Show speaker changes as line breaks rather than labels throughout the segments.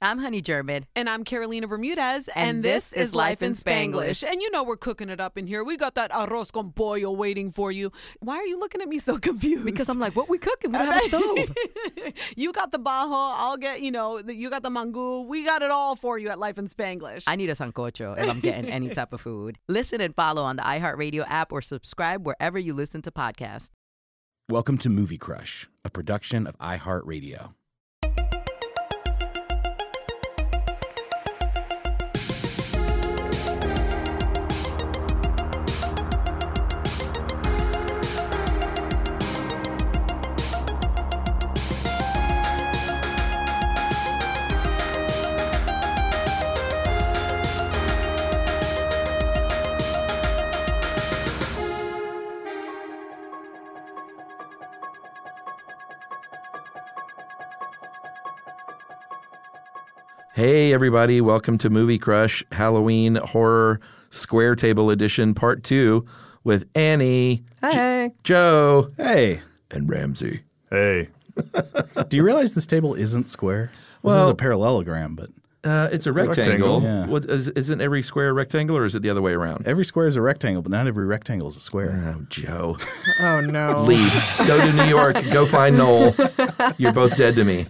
I'm Honey German.
And I'm Carolina Bermudez.
And this is Life in Spanglish.
And you know we're cooking it up in here. We got that arroz con pollo waiting for you. Why are you looking at me so confused?
Because I'm like, what we cooking? We don't have a stove.
you got the bajo. I'll get, you know, the- you got the mango. We got it all for you at Life in Spanglish.
I need a sancocho if I'm getting any type of food. Listen and follow on the iHeartRadio app or subscribe wherever you listen to podcasts.
Welcome to Movie Crush, a production of iHeartRadio.
Hey, everybody, welcome to Movie Crush Halloween Horror Square Table Edition Part 2 with Annie,
Hey.
Joe,
Hey.
and Ramsey.
Hey. Do you realize this table isn't square? this
Well-
is a parallelogram, but
Uh, it's a rectangle.
Rectangle, yeah.
What, is, isn't every square a rectangle or is it the other way around?
every square is a rectangle, but not every rectangle is a square.
Oh, Joe.
Oh no.
Leave. Go to New York. Go find Noel. You're both dead to me.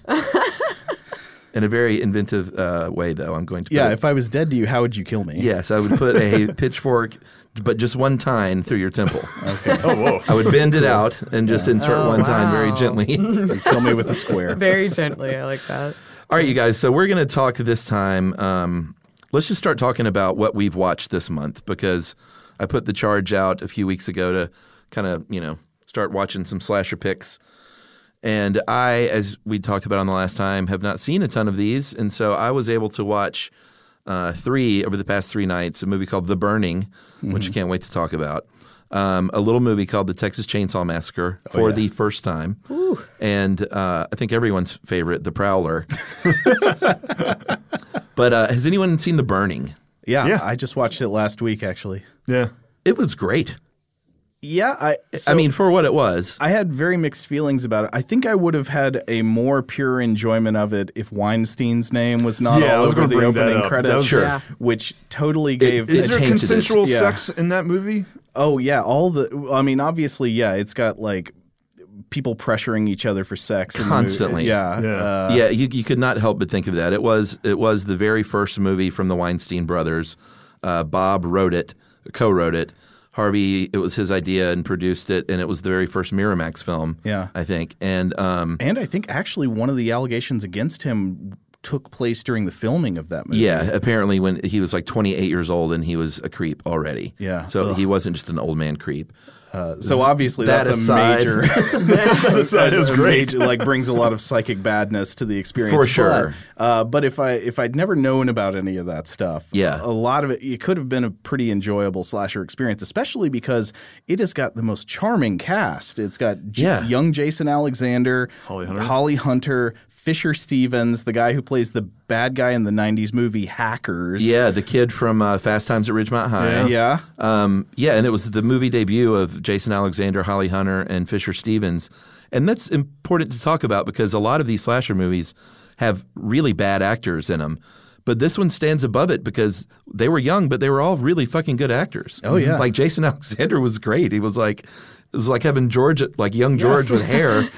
In a very inventive uh, way, though, I'm going to. put
Yeah,
it-
if I was dead to you, how would you kill me?
Yes, I would put a pitchfork, but just one tine through your temple.
Okay. Oh, whoa.
I would bend it out and just insert
Oh,
one time very
wow.
gently.
You'd kill me with a square.
Very gently. I like that.
All right, you guys. So we're going to talk this time. Um, let's just start talking about what we've watched this month because I put the charge out a few weeks ago to kind of you know start watching some slasher picks. And I, as we talked about on the last time, have not seen a ton of these, and so I was able to watch uh, three over the past three nights. A movie called The Burning, which I can't wait to talk about. Um, a little movie called The Texas Chainsaw Massacre for the first time, and uh, I think everyone's favorite, The Prowler. but uh, has anyone seen The Burning?
Yeah, I just watched it last week, actually.
Yeah.
It was great.
Yeah, I.
I
so
mean, for what it was,
I had very mixed feelings about it. I think I would have had a more pure enjoyment of it if Weinstein's name was not
Yeah, I
all
was
over the
gonna bring that
opening
up.
credits,
That was- Sure. Yeah.
which totally gave
it
Is there
tainted it.
consensual
Yeah.
sex in that movie?
Oh yeah, all the. I mean, obviously, yeah. It's got like people pressuring each other for sex in the movie.
Constantly.
Yeah,
Yeah.
uh,
yeah, you, you could not help but think of that. It was it was the very first movie from the Weinstein brothers. Uh, Bob wrote it, co-wrote it. Harvey, it was his idea and produced it, and it was the very first Miramax film.
Yeah.
I think. And um,
and I think actually one of the allegations against him took place during the filming of that movie.
yeah, apparently when he was like 28 years old, and he was a creep already.
Yeah.
so he wasn't just an old man creep.
Uh, so obviously
That
that's
aside-
a major.
aside
that's
is
a
great.
major- like brings a lot of psychic badness to the experience
For sure.
But, uh, but if I if I'd never known about any of that stuff,
Yeah.
a lot of it it could have been a pretty enjoyable slasher experience, especially because it has got the most charming cast. It's got J-
Yeah.
young Jason Alexander,
Holly Hunter.
Holly Hunter, Fisher Stevens, the guy who plays the bad guy in the '90s movie Hackers.
Yeah, the kid from uh, Fast Times at Ridgemont High.
Yeah.
Um, yeah, and it was the movie debut of Jason Alexander, Holly Hunter, and Fisher Stevens. And that's important to talk about because a lot of these slasher movies have really bad actors in them. But this one stands above it because they were young, but they were all really fucking good actors. Oh
yeah.
like Jason Alexander was great. He was like, it was like having George, like young George with hair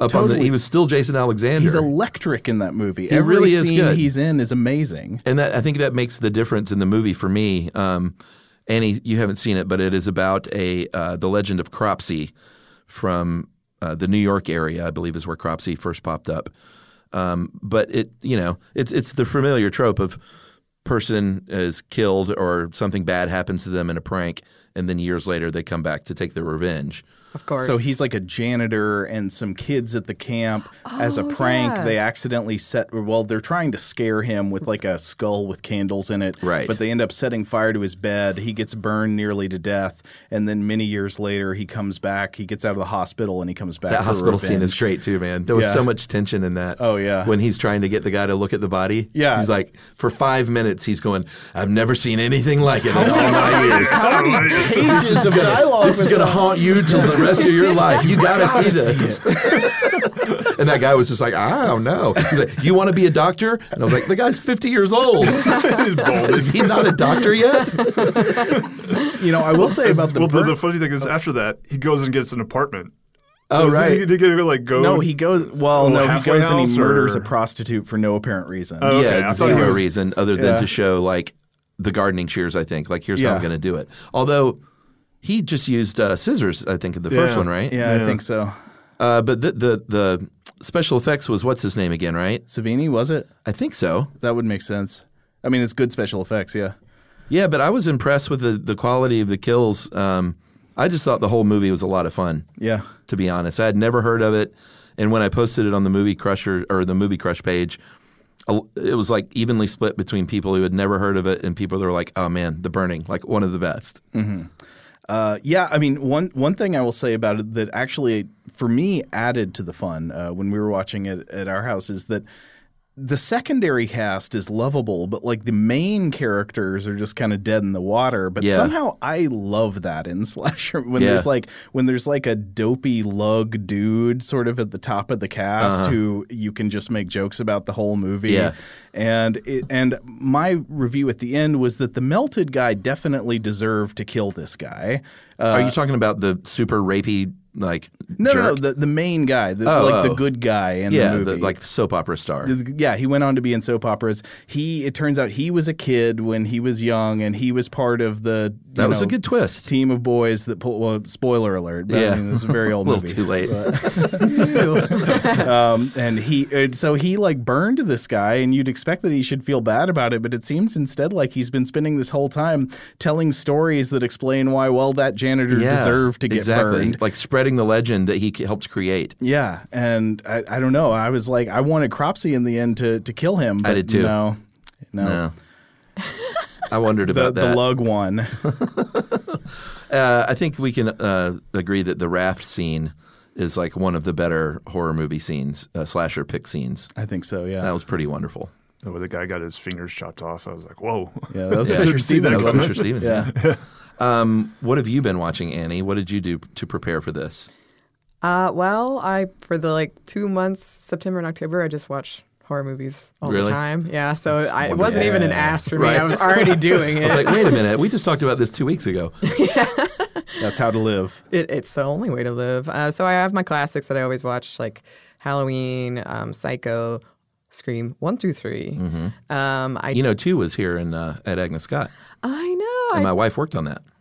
up on the. He was still Jason Alexander.
He's electric in that movie. Every
really is
scene
good.
he's in is amazing.
and that I think that makes the difference in the movie for me. Um, Annie, you haven't seen it, but it is about a uh, the legend of Cropsey from uh, the New York area, I believe, is where Cropsey first popped up. Um, but it, you know, it's it's the familiar trope of person is killed or something bad happens to them in a prank, and then years later they come back to take their revenge.
Of course.
So he's like a janitor and some kids at the camp as a prank.
Oh, yeah.
They accidentally set well, they're trying to scare him with like a skull with candles in it.
Right.
But they end up setting fire to his bed. He gets burned nearly to death. And then many years later he comes back. He gets out of the hospital and he comes back.
That
for
hospital scene
revenge.
is great too, man. There was
Yeah.
so much tension in that.
Oh, yeah.
when he's trying to get the guy to look at the body.
Yeah.
he's like for five minutes he's going, "I've never seen anything like it in all my years.
Pages of dialogue.
This is
with
going to
him.
haunt you till the rest of your life. You got to see this." and that guy was just like, "I don't know." He's like, "You want to be a doctor?" And I was like, "The guy's fifty years old.
Uh,
is he not a doctor yet?"
You know, I will say about the Oh.
well, the,
burn-
the funny thing is, after that, he goes and gets an apartment.
Oh,
Doesn't
right.
He, did he get, like go?
No, he goes. Well,
Oh,
no, he
halfway
goes and he
house,
murders
or-
a prostitute for no apparent reason.
Oh, okay.
yeah,
I thought he
zero
was-
reason other than
Yeah.
to show like the gardening shears. I think like here's how I'm
Yeah.
going to do it. Although he just used uh, scissors. I think in the first
Yeah.
one, right?
yeah, I
Yeah.
think so.
Uh, but the, the the special effects was what's his name again? Right?
Savini was it?
I think so.
That would make sense. I mean, it's good special effects. Yeah.
Yeah, but I was impressed with the the quality of the kills. Um, I just thought the whole movie was a lot of fun.
Yeah.
to be honest. I had never heard of it, and when I posted it on the Movie Crusher or the Movie Crush page, a- it was like evenly split between people who had never heard of it and people that were like, "Oh man, The Burning, like one of the best."
Uh, yeah, I mean, one one thing I will say about it that actually, for me, added to the fun uh, when we were watching it at our house is that the secondary cast is lovable, but like the main characters are just kind of dead in the water. But
Yeah.
somehow I love that in slasher when
Yeah.
there's like when there's like a dopey lug dude sort of at the top of the cast who you can just make jokes about the whole movie.
Uh-huh. Yeah.
And it, and my review at the end was that the melted guy definitely deserved to kill this guy. Uh,
Are you talking about the super rapey like?
No,
jerk?
no, no, the, the main guy, the,
Oh,
like
oh.
the good guy in
yeah,
the movie.
the, like soap opera star.
yeah, he went on to be in soap operas. He, it turns out, he was a kid when he was young, and he was part of the you
That was
know,
a good twist.
team of boys that. Pull, well, spoiler alert, but
Yeah.
I mean, this is a very
a
old
little
movie.
too late.
um, and he, and so he like burned this guy, and you'd expect that he should feel bad about it, but it seems instead like he's been spending this whole time telling stories that explain why, well, that janitor deserved to get
exactly.
burned.
Like spreading the legend that he c- helped create.
Yeah, and I, I don't know. I was like, I wanted Cropsy in the end to, to kill him. But
did too.
No, no.
No. I wondered
The,
about that.
the lug one.
Uh, I think we can uh, agree that the raft scene is like one of the better horror movie scenes, uh, slasher pick scenes.
I think so.
That
Yeah.
was pretty wonderful.
Oh, Where the guy got his fingers chopped off. I was like, whoa.
yeah. That was
Yeah.
Fisher Stevens.
That was
wasn't
Fisher
it?
Stevens.
Yeah.
Um, what have you been watching, Annie? What did you do to prepare for this?
Uh, well, I for the like two months, September and October, I just watched horror movies all
Really?
the time. Yeah, so I, it wasn't even an ask for me.
Right.
I was already doing
I
it.
was like, wait a minute, we just talked about this two weeks ago.
That's how to live.
it. It's the only way to live. Uh, so I have my classics that I always watch, like Halloween, um, Psycho, Scream one through 3 Um, I
Mm-hmm. You know, two was here in, uh, at Agnes Scott,
I know.
and
I,
my wife worked on that.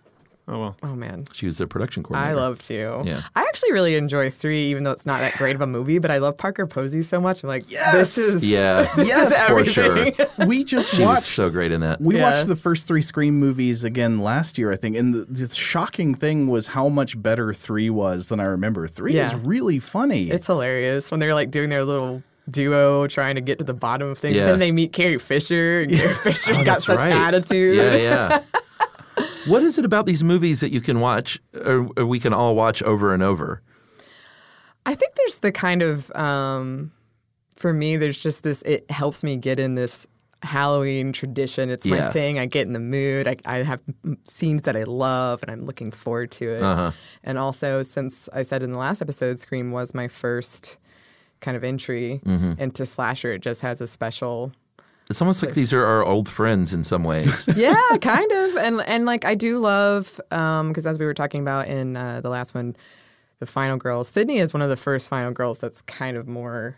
Oh, well.
oh man.
She was the production coordinator.
I love two.
Yeah.
I actually really enjoy three, even though it's not that great of a movie. But I love Parker Posey so much. I'm like, this is
Yeah,
Yes,
for sure.
everything.
We just
She was
watched.
so great in that.
we
Yeah.
watched the first three Scream movies again last year, I think, and the, the shocking thing was how much better three was than I remember. Three
Yeah.
is really funny.
It's hilarious when they're like doing their little duo trying to get to the bottom of things.
Yeah. Oh,
Then they meet Carrie Fisher, and Carrie Fisher's got
That's
such
right.
attitude.
Yeah, yeah. what is it about these movies that you can watch, or, or we can all watch over and over?
I think there's the kind of, um, for me, there's just this, it helps me get in this Halloween tradition. It's my
Yeah.
thing. I get in the mood. I, I have m- scenes that I love and I'm looking forward to it.
Uh-huh.
And also, since I said in the last episode, Scream was my first kind of entry
Mm-hmm.
into Slasher, it just has a special
It's almost like these are our old friends in some ways.
yeah, kind of. And and like I do love um because as we were talking about in uh, the last one, the final girl, Sydney is one of the first final girls that's kind of more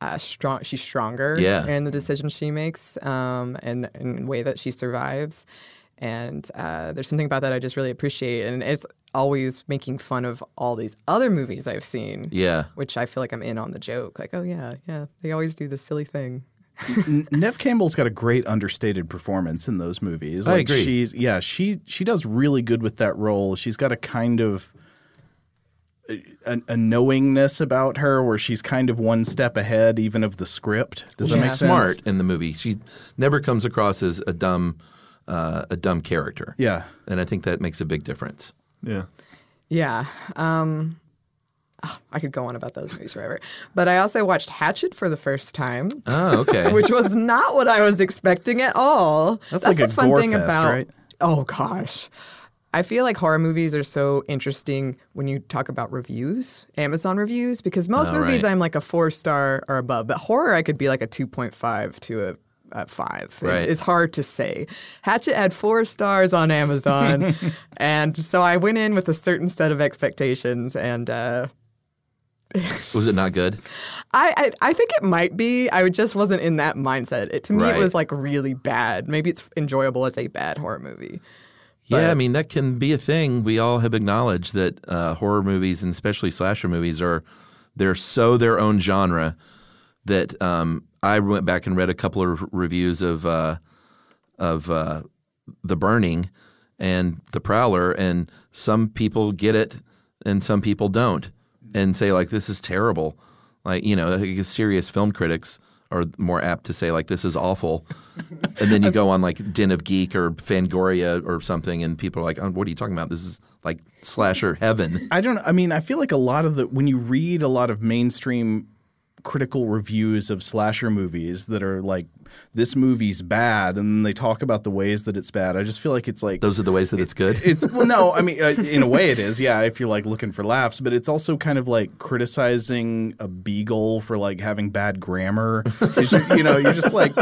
uh, strong. She's stronger.
Yeah.
In the decisions she makes, um, and and the way that she survives. And uh, there's something about that I just really appreciate, and it's always making fun of all these other movies I've seen,
yeah.
which I feel like I'm in on the joke. Like, oh yeah, yeah, they always do this silly thing.
N- Nev Campbell's got a great understated performance in those movies.
I
Like
agree.
She's yeah, she she does really good with that role. She's got a kind of a, a knowingness about her where she's kind of one step ahead even of the script. Does that
She's
make sense?
smart in the movie. She never comes across as a dumb, uh, a dumb character.
Yeah.
and I think that makes a big difference.
Yeah.
Yeah. Um, oh, I could go on about those movies forever. But I also watched Hatchet for the first time,
Oh, okay.
which was not what I was expecting at all.
That's like
the
a
fun
gore
thing
fest,
about.
right?
Oh, gosh. I feel like horror movies are so interesting when you talk about reviews, Amazon reviews, because most
Oh,
movies
right.
I'm like a four star or above, but horror I could be like a 2.5 to a, a five. It-
Right.
it's hard to say. Hatchet had four stars on Amazon. and so I went in with a certain set of expectations and, uh,
Was it not good?
I, I I think it might be. I just wasn't in that mindset. It, to me,
Right.
it was like really bad. Maybe it's enjoyable as a bad horror movie.
yeah, I mean that can be a thing. We all have acknowledged that uh, horror movies and especially slasher movies are they're so their own genre that um, I went back and read a couple of reviews of uh, of uh, The Burning and The Prowler, and some people get it and some people don't, and say like this is terrible. Like you know, I think serious film critics are more apt to say like this is awful, and then you go on like Den of Geek or Fangoria or something, and people are like, oh, "What are you talking about? This is like slasher heaven."
I don't. I mean, I feel like a lot of the when you read a lot of mainstream critical reviews of slasher movies that are like this movie's bad, and then they talk about the ways that it's bad. I just feel like it's like
Those are the ways that it's good.
It's well, no, I mean, uh, in a way, it is. Yeah, if you're like looking for laughs, but it's also kind of like criticizing a beagle for like having bad grammar. It's ju- you know, you're just like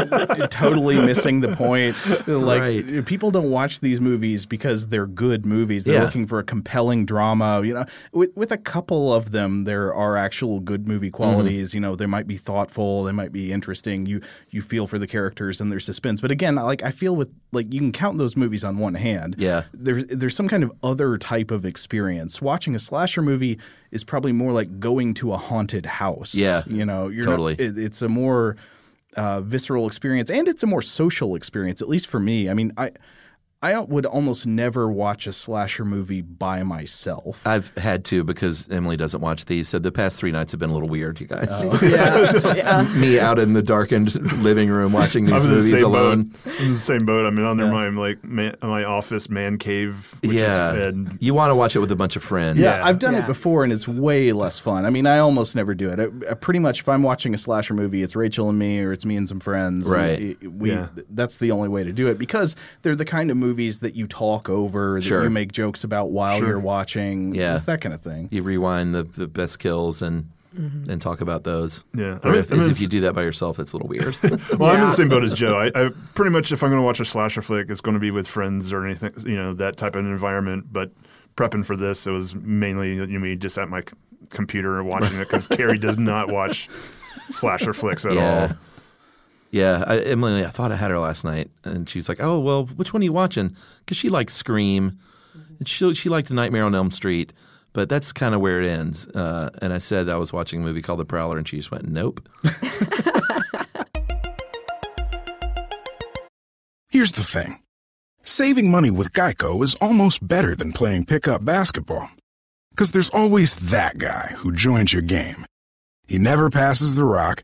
totally missing the point. Like
Right.
people don't watch these movies because they're good movies. They're
Yeah.
looking for a compelling drama. You know, with with a couple of them, there are actual good movie
Mm-hmm.
qualities. You know, they might be thoughtful. They might be interesting. You you feel for the characters and their suspense. But again, like I feel with like you can count those movies on one hand
Yeah.
there's there's some kind of other type of experience. Watching a slasher movie is probably more like going to a haunted house.
Yeah,
you know, you're not-
totally.
it- it's a more uh, visceral experience, and it's a more social experience. At least for me, I mean, I I would almost never watch a slasher movie by myself.
I've had to because Emily doesn't watch these. So the past three nights have been a little weird, you guys.
Oh. Yeah.
Me out in the darkened living room watching these
I'm in the
movies
same
alone.
boat. I'm in the same boat. I'm in under my like man, my office man cave. Which
yeah,
Is, and
you want to watch it with a bunch of friends.
Yeah, I've done
Yeah.
it before, and it's way less fun. I mean, I almost never do it. I, I pretty much, if I'm watching a slasher movie, it's Rachel and me, or it's me and some friends. and
Right.
it- it- we
Yeah.
th- that's the only way to do it because they're the kind of movies that you talk over, that
Sure.
you make jokes about while you're watching.
Yeah.
it's that kind of thing.
you rewind the, the best kills and
Mm-hmm.
and talk about those.
Yeah. I
or
mean-
if,
I mean,
as if you
it's-
do that by yourself, it's a little weird.
well, I'm in the same boat as Joe. I, I pretty much if I'm going to watch a slasher flick, it's going to be with friends or anything, you know, that type of environment. But prepping for this, it was mainly you know, me just at my c- computer watching it because Carrie does not watch slasher flicks at
yeah,
all.
yeah. I, Emily, I thought I had her last night, and she was like, "Oh, well, which one are you watching?" Because she likes Scream, and she she liked Nightmare on Elm Street, but that's kind of where it ends. Uh, and I said I was watching a movie called The Prowler, and she just went, "Nope."
Here's the thing saving money with Geico is almost better than playing pickup basketball. Because there's always that guy who joins your game. He never passes the rock,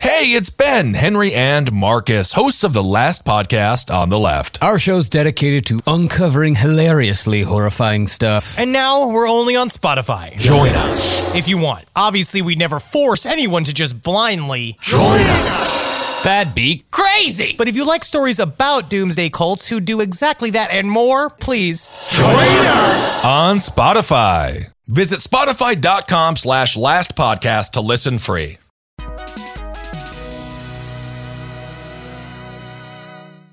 Hey, it's Ben, Henry, and Marcus, hosts of the last podcast on the left.
Our show's dedicated to uncovering hilariously horrifying stuff.
And now we're only on Spotify. Join us if you want. Obviously, we never force anyone to just blindly join us. That'd be crazy. But if you like stories about doomsday cults who do exactly that and more, please join us on Spotify. Visit spotify.com slash last podcast to listen free.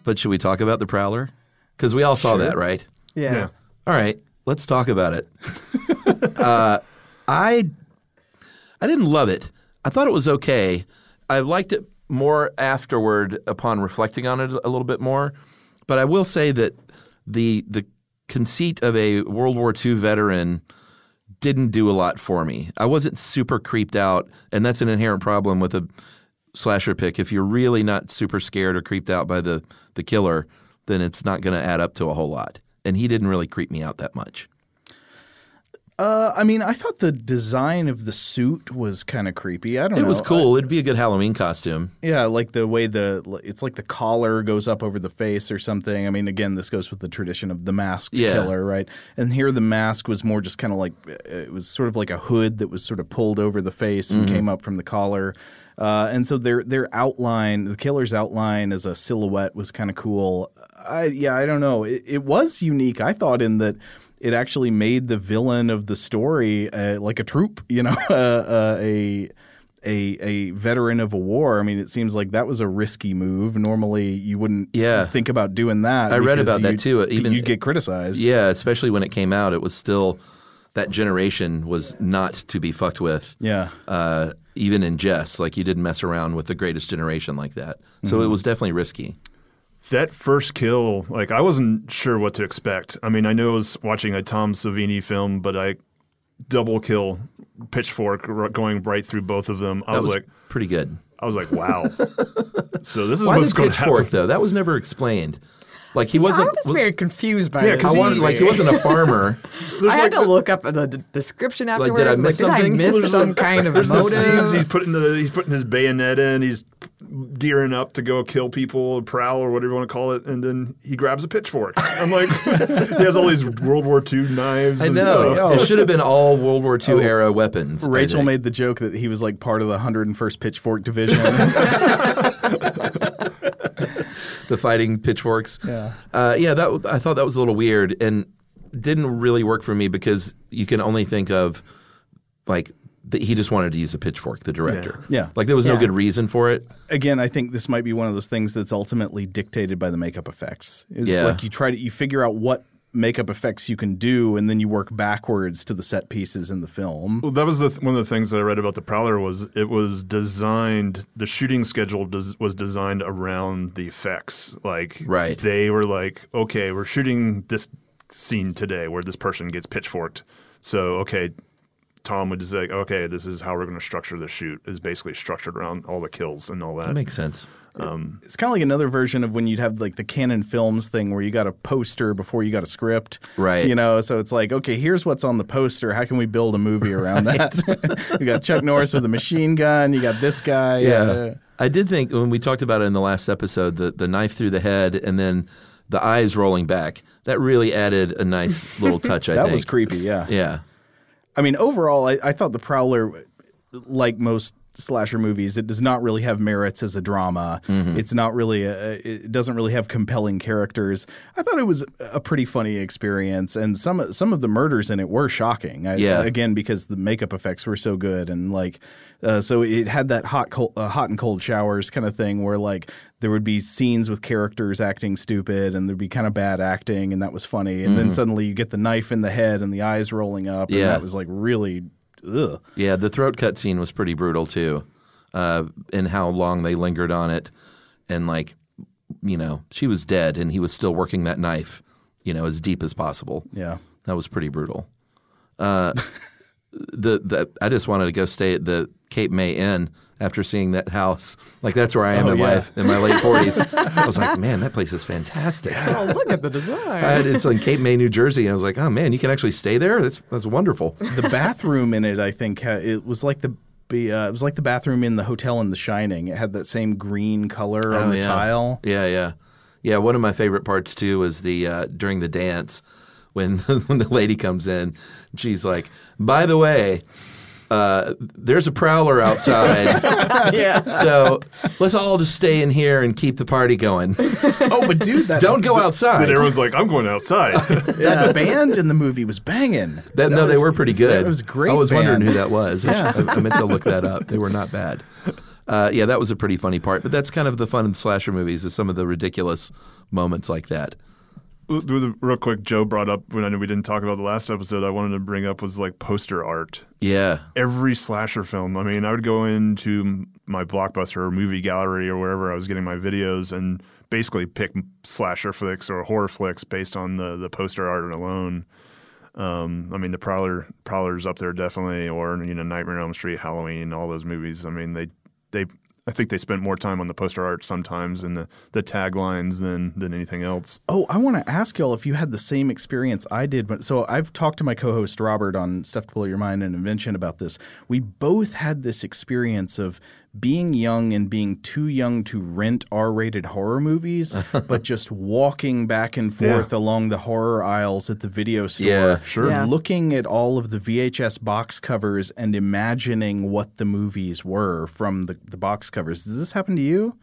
But should we talk about The Prowler? Because we all saw that, right?
yeah.
Yeah.
All right, let's talk about it. uh, I I didn't love it. I thought it was okay. I liked it more afterward upon reflecting on it a little bit more. But I will say that the the conceit of a World War II veteran didn't do a lot for me. I wasn't super creeped out, and that's an inherent problem with a slasher pick. If you're really not super scared or creeped out by the the killer, then it's not going to add up to a whole lot. And he didn't really creep me out that much.
Uh, I mean, I thought the design of the suit was kind of creepy. I don't
It
know.
was cool. It'd be a good Halloween costume.
Yeah, like the way the it's like the collar goes up over the face or something. I mean, again, this goes with the tradition of the masked
Yeah.
killer, right? And here the mask was more just kind of like uh, it was sort of like a hood that was sort of pulled over the face
Mm-hmm.
and came up from the collar. Uh, and so their their outline, the killer's outline as a silhouette was kind of cool. I yeah, I don't know. It, it was unique, I thought, in that it actually made the villain of the story uh, like a troop, you know, uh, uh, a a a veteran of a war. I mean, it seems like that was a risky move. Normally, you wouldn't
Yeah.
think about doing that.
I read
because
about that
you'd-
too, even-
you'd get criticized.
Yeah, especially when it came out, it was still that generation was not to be fucked with.
Yeah.
Uh, even in jest, like you didn't mess around with the greatest generation like that. So
Mm-hmm.
it was definitely risky.
that first kill, like I wasn't sure what to expect. I mean, I knew I was watching a Tom Savini film, but I double kill pitchfork r- going right through both of them. I
That
was,
was
like,
pretty good.
I was like, wow. so this is
Why
what's
the
going to happen.
pitchfork though? That was never explained. Like he
I
wasn't.
was very confused by
Yeah,
this.
I wanted, like he wasn't a farmer.
I had
like
to
the-
look up the d- description
did
afterwards.
I miss something?
Did I miss some kind of
There's those scenes he's
motive?
putting the he's putting his bayonet in. He's gearing up to go kill people, prowl or whatever you want to call it, and then he grabs a pitchfork. I'm like, he has all these World War II knives.
I
and
know.
Stuff.
It should have been all World War II era weapons. I
Rachel
think.
made the joke that he was like part of the 101st Pitchfork Division.
the fighting pitchforks. Yeah, uh, yeah. That w- I thought that was a little weird and didn't really work for me because you can only think of like that he just wanted to use a pitchfork. The director.
Yeah. Yeah.
Like there was no
Yeah.
good reason for it.
Again, I think this might be one of those things that's ultimately dictated by the makeup effects. It's
Yeah.
like you try to you figure out what makeup effects you can do, and then you work backwards to the set pieces in the film.
Well, that was the th- one of the things that I read about the Prowler was it was designed. The shooting schedule des- was designed around the effects. Like
Right.
they were like, okay, we're shooting this scene today where this person gets pitchforked. So okay, Tom would just say, okay, this is how we're going to structure the shoot. Is basically structured around all the kills and all that.
That makes sense.
It's kind of like another version of when you'd have like the Canon Films thing where you got a poster before you got a script.
Right.
You know, so it's like, okay, here's what's on the poster. How can we build a movie around that? you got Chuck Norris with a machine gun. You got this guy. uh,
I did think when we talked about it in the last episode, the, the knife through the head and then the eyes rolling back, that really added a nice little touch, I
that
think.
was creepy. Yeah.
Yeah.
I mean, overall, I, I thought The Prowler, like most slasher movies, it does not really have merits as a drama. It's not really, a, it doesn't really have compelling characters. I thought it was a pretty funny experience, and some some of the murders in it were shocking. I,
Yeah.
again, because the makeup effects were so good, and like, uh, so it had that hot cold, uh, hot and cold showers kind of thing, where like there would be scenes with characters acting stupid, and there'd be kind of bad acting, and that was funny. And then suddenly you get the knife in the head and the eyes rolling up,
Yeah.
and that was like really. Ugh.
Yeah. The throat cut scene was pretty brutal, too, uh, in how long they lingered on it. And, like, you know, she was dead and he was still working that knife, you know, as deep as possible.
Yeah.
That was pretty brutal. Uh, the, the I just wanted to go stay at the Cape May Inn after seeing that house. Like that's where I
Oh,
am in
yeah.
life in my late forties. I was like, man, that place is fantastic.
Oh, look at the
I
design.
had, it's in Cape May, New Jersey, and I was like, oh man, you can actually stay there. That's that's wonderful.
The bathroom in it, I think, ha- it was like the. be- Uh, it was like the bathroom in the hotel in The Shining. It had that same green color on
Oh,
the
yeah.
tile.
Yeah, yeah, yeah. One of my favorite parts too was the uh, during the dance when when the lady comes in, she's like, by the way. Uh, there's a prowler outside,
yeah.
so let's all just stay in here and keep the party going.
Oh, but dude, that
Don't go outside.
And everyone's like, I'm going outside.
that band in the movie was banging.
That, no, they
was-
were pretty good.
That was a great.
I was wondering
band.
who that was. I, I meant to look that up. They were not bad. Uh, yeah, that was a pretty funny part. But that's kind of the fun of slasher movies is some of the ridiculous moments like that.
w- w- real quick, Joe brought up when I know we didn't talk about the last episode. I wanted to bring up was like poster art.
Yeah.
Every slasher film. I mean, I would go into m- my blockbuster or movie gallery or wherever I was getting my videos and basically pick slasher flicks or horror flicks based on the the poster art alone. Um, I mean, the Prowler, Prowler's up there definitely, or you know, Nightmare on Elm Street, Halloween, all those movies. I mean, they they I think they spent more time on the poster art sometimes and the the taglines than than anything else.
Oh, I want to ask y'all if you had the same experience I did. But so I've talked to my co-host Robert on Stuff to Blow Your Mind and Invention about this. We both had this experience of being young and being too young to rent R-rated horror movies, but just walking back and forth along the horror aisles at the video store,
Yeah,
sure. Yeah.
looking at all of the VHS box covers and imagining what the movies were from the, the box covers. Does this happen to you?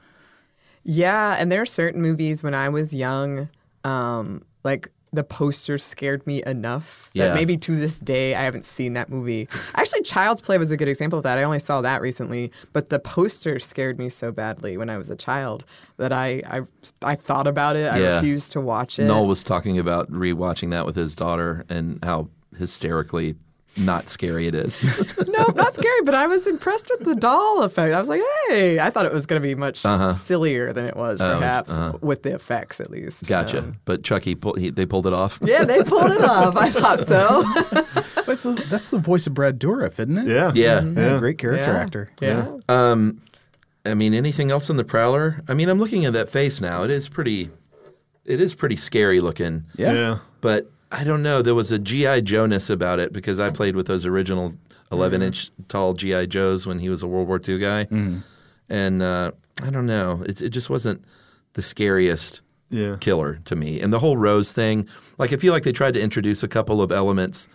Yeah, and there are certain movies when I was young, um, like the poster scared me enough
Yeah.
that maybe to this day I haven't seen that movie. Actually, Child's Play was a good example of that. I only saw that recently, but the poster scared me so badly when I was a child that I I, I thought about it. I
Yeah.
refused to watch it.
Noel was talking about rewatching that with his daughter and how hysterically not scary it is.
no, not scary, but I was impressed with the doll effect. I was like, hey, I thought it was going to be much
Uh-huh.
sillier than it was,
Oh,
perhaps, with the effects at least.
Gotcha.
Um,
but Chucky, pull, he, they pulled it off.
yeah, they pulled it off. I thought so.
That's the, that's the voice of Brad Dourif, isn't it?
Yeah,
Yeah.
yeah.
Great character
Yeah.
actor.
Yeah.
Um, I mean, anything else in the Prowler? I mean, I'm looking at that face now. It is pretty. It is pretty scary looking.
Yeah.
Yeah.
But I don't know. There was a GI Jonas about it because I played with those original 11 inch tall GI Joes when he was a World War II guy, and uh, I don't know. It it just wasn't the scariest.
Yeah.
killer to me. And the whole Rose thing, like I feel like they tried to introduce a couple of elements.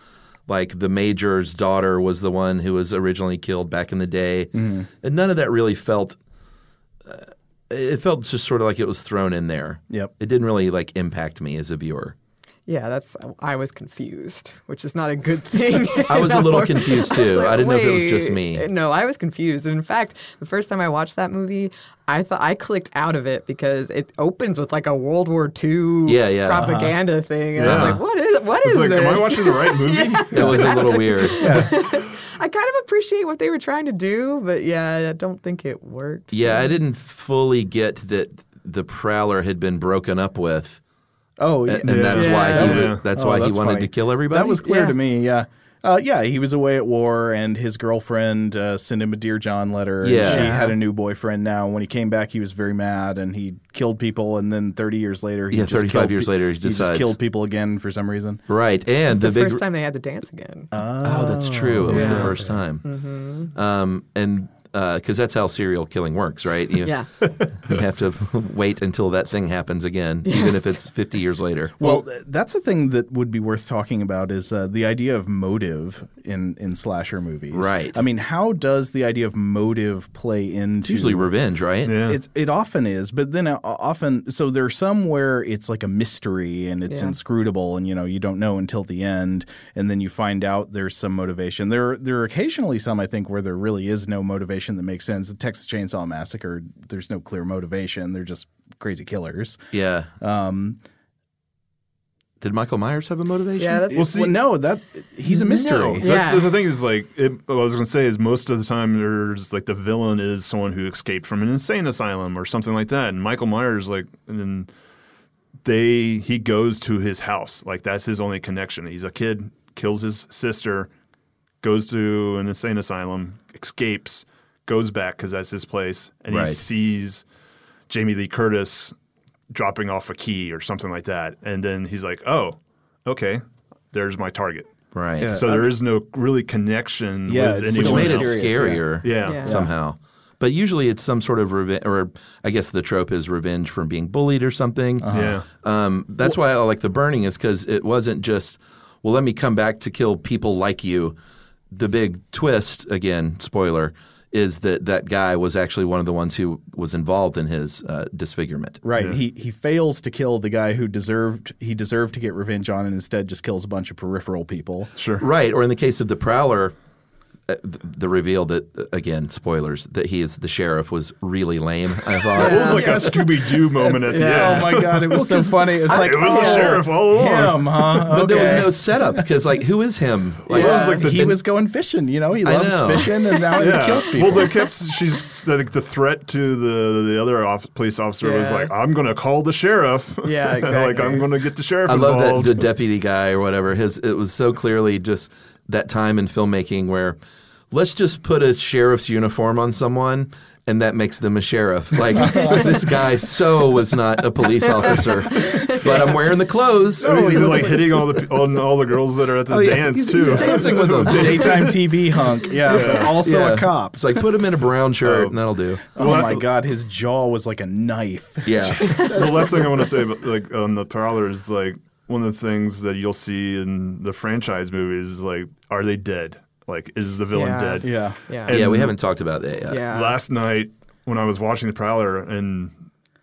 Like the major's daughter was the one who was originally killed back in the day,
Mm-hmm.
and none of that really felt. Uh, it felt just sort of like it was thrown in there.
Yep.
It didn't really like impact me as a viewer.
Yeah, that's. I was confused, which is not a good thing.
I was a
No.
little confused, too.
was
I didn't know if it was just me.
"Wait." No, I was confused. And in fact, the first time I watched that movie, I thought I clicked out of it because it opens with like a World War II
Yeah, yeah. uh-huh.
propaganda thing, and I
Yeah.
was like, "What is? What is
It's like,
this?"
am I watching the right movie?
It was a little weird.
I kind of appreciate what they were trying to do, but yeah, I don't think it worked.
Yeah, I didn't fully get that the Prowler had had been broken up with,
Oh, yeah.
and, and that's why he,
Yeah.
wa- that's
Oh,
why he
that's
wanted
funny.
to kill everybody.
That was clear
Yeah.
to me. Yeah. Uh, yeah, he was away at war, and his girlfriend uh, sent him a Dear John letter. and
Yeah.
she
Yeah.
had a new boyfriend now. When he came back, he was very mad, and he killed people. And then thirty years later, he
Yeah,
just
35
killed
years
pe-
later, he
he just
decides.
killed people again for some reason.
right, and
the,
the, big
first time they had to dance again.
Oh, that's true. It was the
Yeah.
first time.
Mm-hmm.
Um, and because that's how serial killing works, right? You,
yeah,
you have to wait until that thing happens again, even if it's 50 years later.
Well, th- that's a thing that would be worth talking about is uh, the idea of motive in, in slasher movies.
Right.
I mean, how does the idea of motive play
it's
into
usually revenge, right?
Yeah.
It's it often is, but then uh, often so there's some where it's like a mystery and it's
Yeah.
inscrutable, and you know you don't know until the end, and then you find out there's some motivation. There there are occasionally some I think where there really is no motivation that makes sense. The Texas Chainsaw Massacre, there's no clear motivation. They're just crazy killers.
Yeah.
Um,
Did Michael Myers have a motivation?
yeah, that's
Well, see-
well, no, that he's a mystery.
No.
That's
Yeah.
the thing is like it, what I was going to say is most of the time there's like the villain is someone who escaped from an insane asylum or something like that, and Michael Myers like and then they he goes to his house like that's his only connection. He's a kid, kills his sister, goes to an insane asylum, escapes, goes back because that's his place, and
Right.
he sees Jamie Lee Curtis dropping off a key or something like that, and then he's like, oh, okay, there's my target.
Right.
So there is no really connection
Yeah,
with
it's-
Which
anyone
made it
else.
Mysterious,
scarier
Yeah.
Yeah.
somehow. But usually it's some sort of revenge, or I guess the trope is revenge from being bullied or something.
Yeah.
Um, that's why I like the burning is because it wasn't just, well, let me come back to kill people like you. The big twist, again, spoiler, is that that guy was actually one of the ones who was involved in his uh, disfigurement.
Right. He he fails to kill the guy who deserved he deserved to get revenge on and instead just kills a bunch of peripheral people.
Sure.
Right. Or in the case of the Prowler, uh, th- the reveal that uh, again spoilers that he is the sheriff was really lame. I thought
It was like a Scooby Doo moment at the
Yeah. Oh
end.
my god, it was so funny. It's like
It was the
oh,
sheriff all along.
Him, huh?
But
Okay.
there was no setup because like who is him? Like,
Well, it was like
Yeah.
he
And-
was going fishing. You know, he
I
loves
know.
fishing, and now he kills people.
Well, they kept. She's like the threat to the the other off, police officer was
Yeah.
like, "I'm going to call the sheriff."
Yeah,
like
exactly.
I'm going to get the sheriff
I love
involved.
that the deputy guy or whatever. His it was so clearly just that time in filmmaking where let's just put a sheriff's uniform on someone and that makes them a sheriff. Like this guy so was not a police officer, but I'm wearing the clothes.
I mean, he's like hitting all the on all the girls that are at the
Oh, yeah.
dance
He's-
too.
he's dancing with them.
daytime TV hunk. Yeah, but also
Yeah.
a cop.
It's like put him in a brown shirt
Oh.
and that'll do.
oh
Well,
my
that-
god, his jaw was like a knife.
Yeah.
the last thing I want to say, about, like on the parlor, is like one of the things that you'll see in the franchise movies is like, are they dead? Like, is the villain
Yeah.
dead?
Yeah.
Yeah.
yeah, we haven't talked about that yet.
Yeah.
Last night when I was watching the Prowler and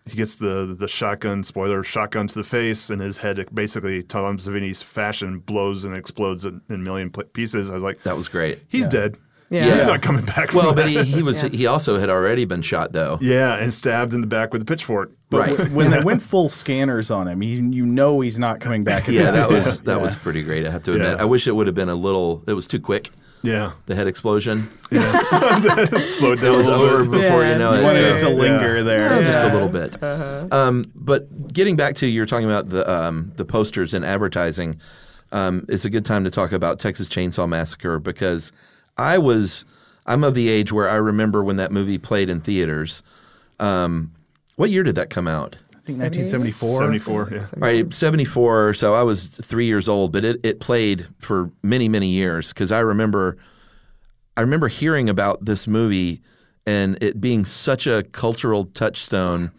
he gets the the shotgun spoiler shotgun to the face and his head basically Tom Savini's fashion blows and explodes in, in a million pl- pieces. I was like,
That was great.
he's dead.
Yeah.
he's
Yeah.
not coming back.
Well,
from
but he,
that.
he was
Yeah.
he also had already been shot though.
yeah, and stabbed in the back with a pitchfork.
Right.
When they went full scanners on him, you, you know he's not coming back. at
yeah, that
point.
was that was pretty great. I have to admit.
Yeah.
I wish it would have been a little. It was too quick.
Yeah,
The head explosion.
slowed
It
down.
was
a little
over
bit.
before
Yeah,
you know
You
it.
wanted it
so-
to linger
Yeah.
there.
Just a little bit. Um, but getting back to you're talking about the um, the posters and advertising. Um, it's a good time to talk about Texas Chainsaw Massacre because I was I'm of the age where I remember when that movie played in theaters. Um, what year did that come out?
I think 1974.
74. Yeah.
Right, 74 or so. I was three years old, but it, it played for many, many years because I remember, I remember hearing about this movie and it being such a cultural touchstone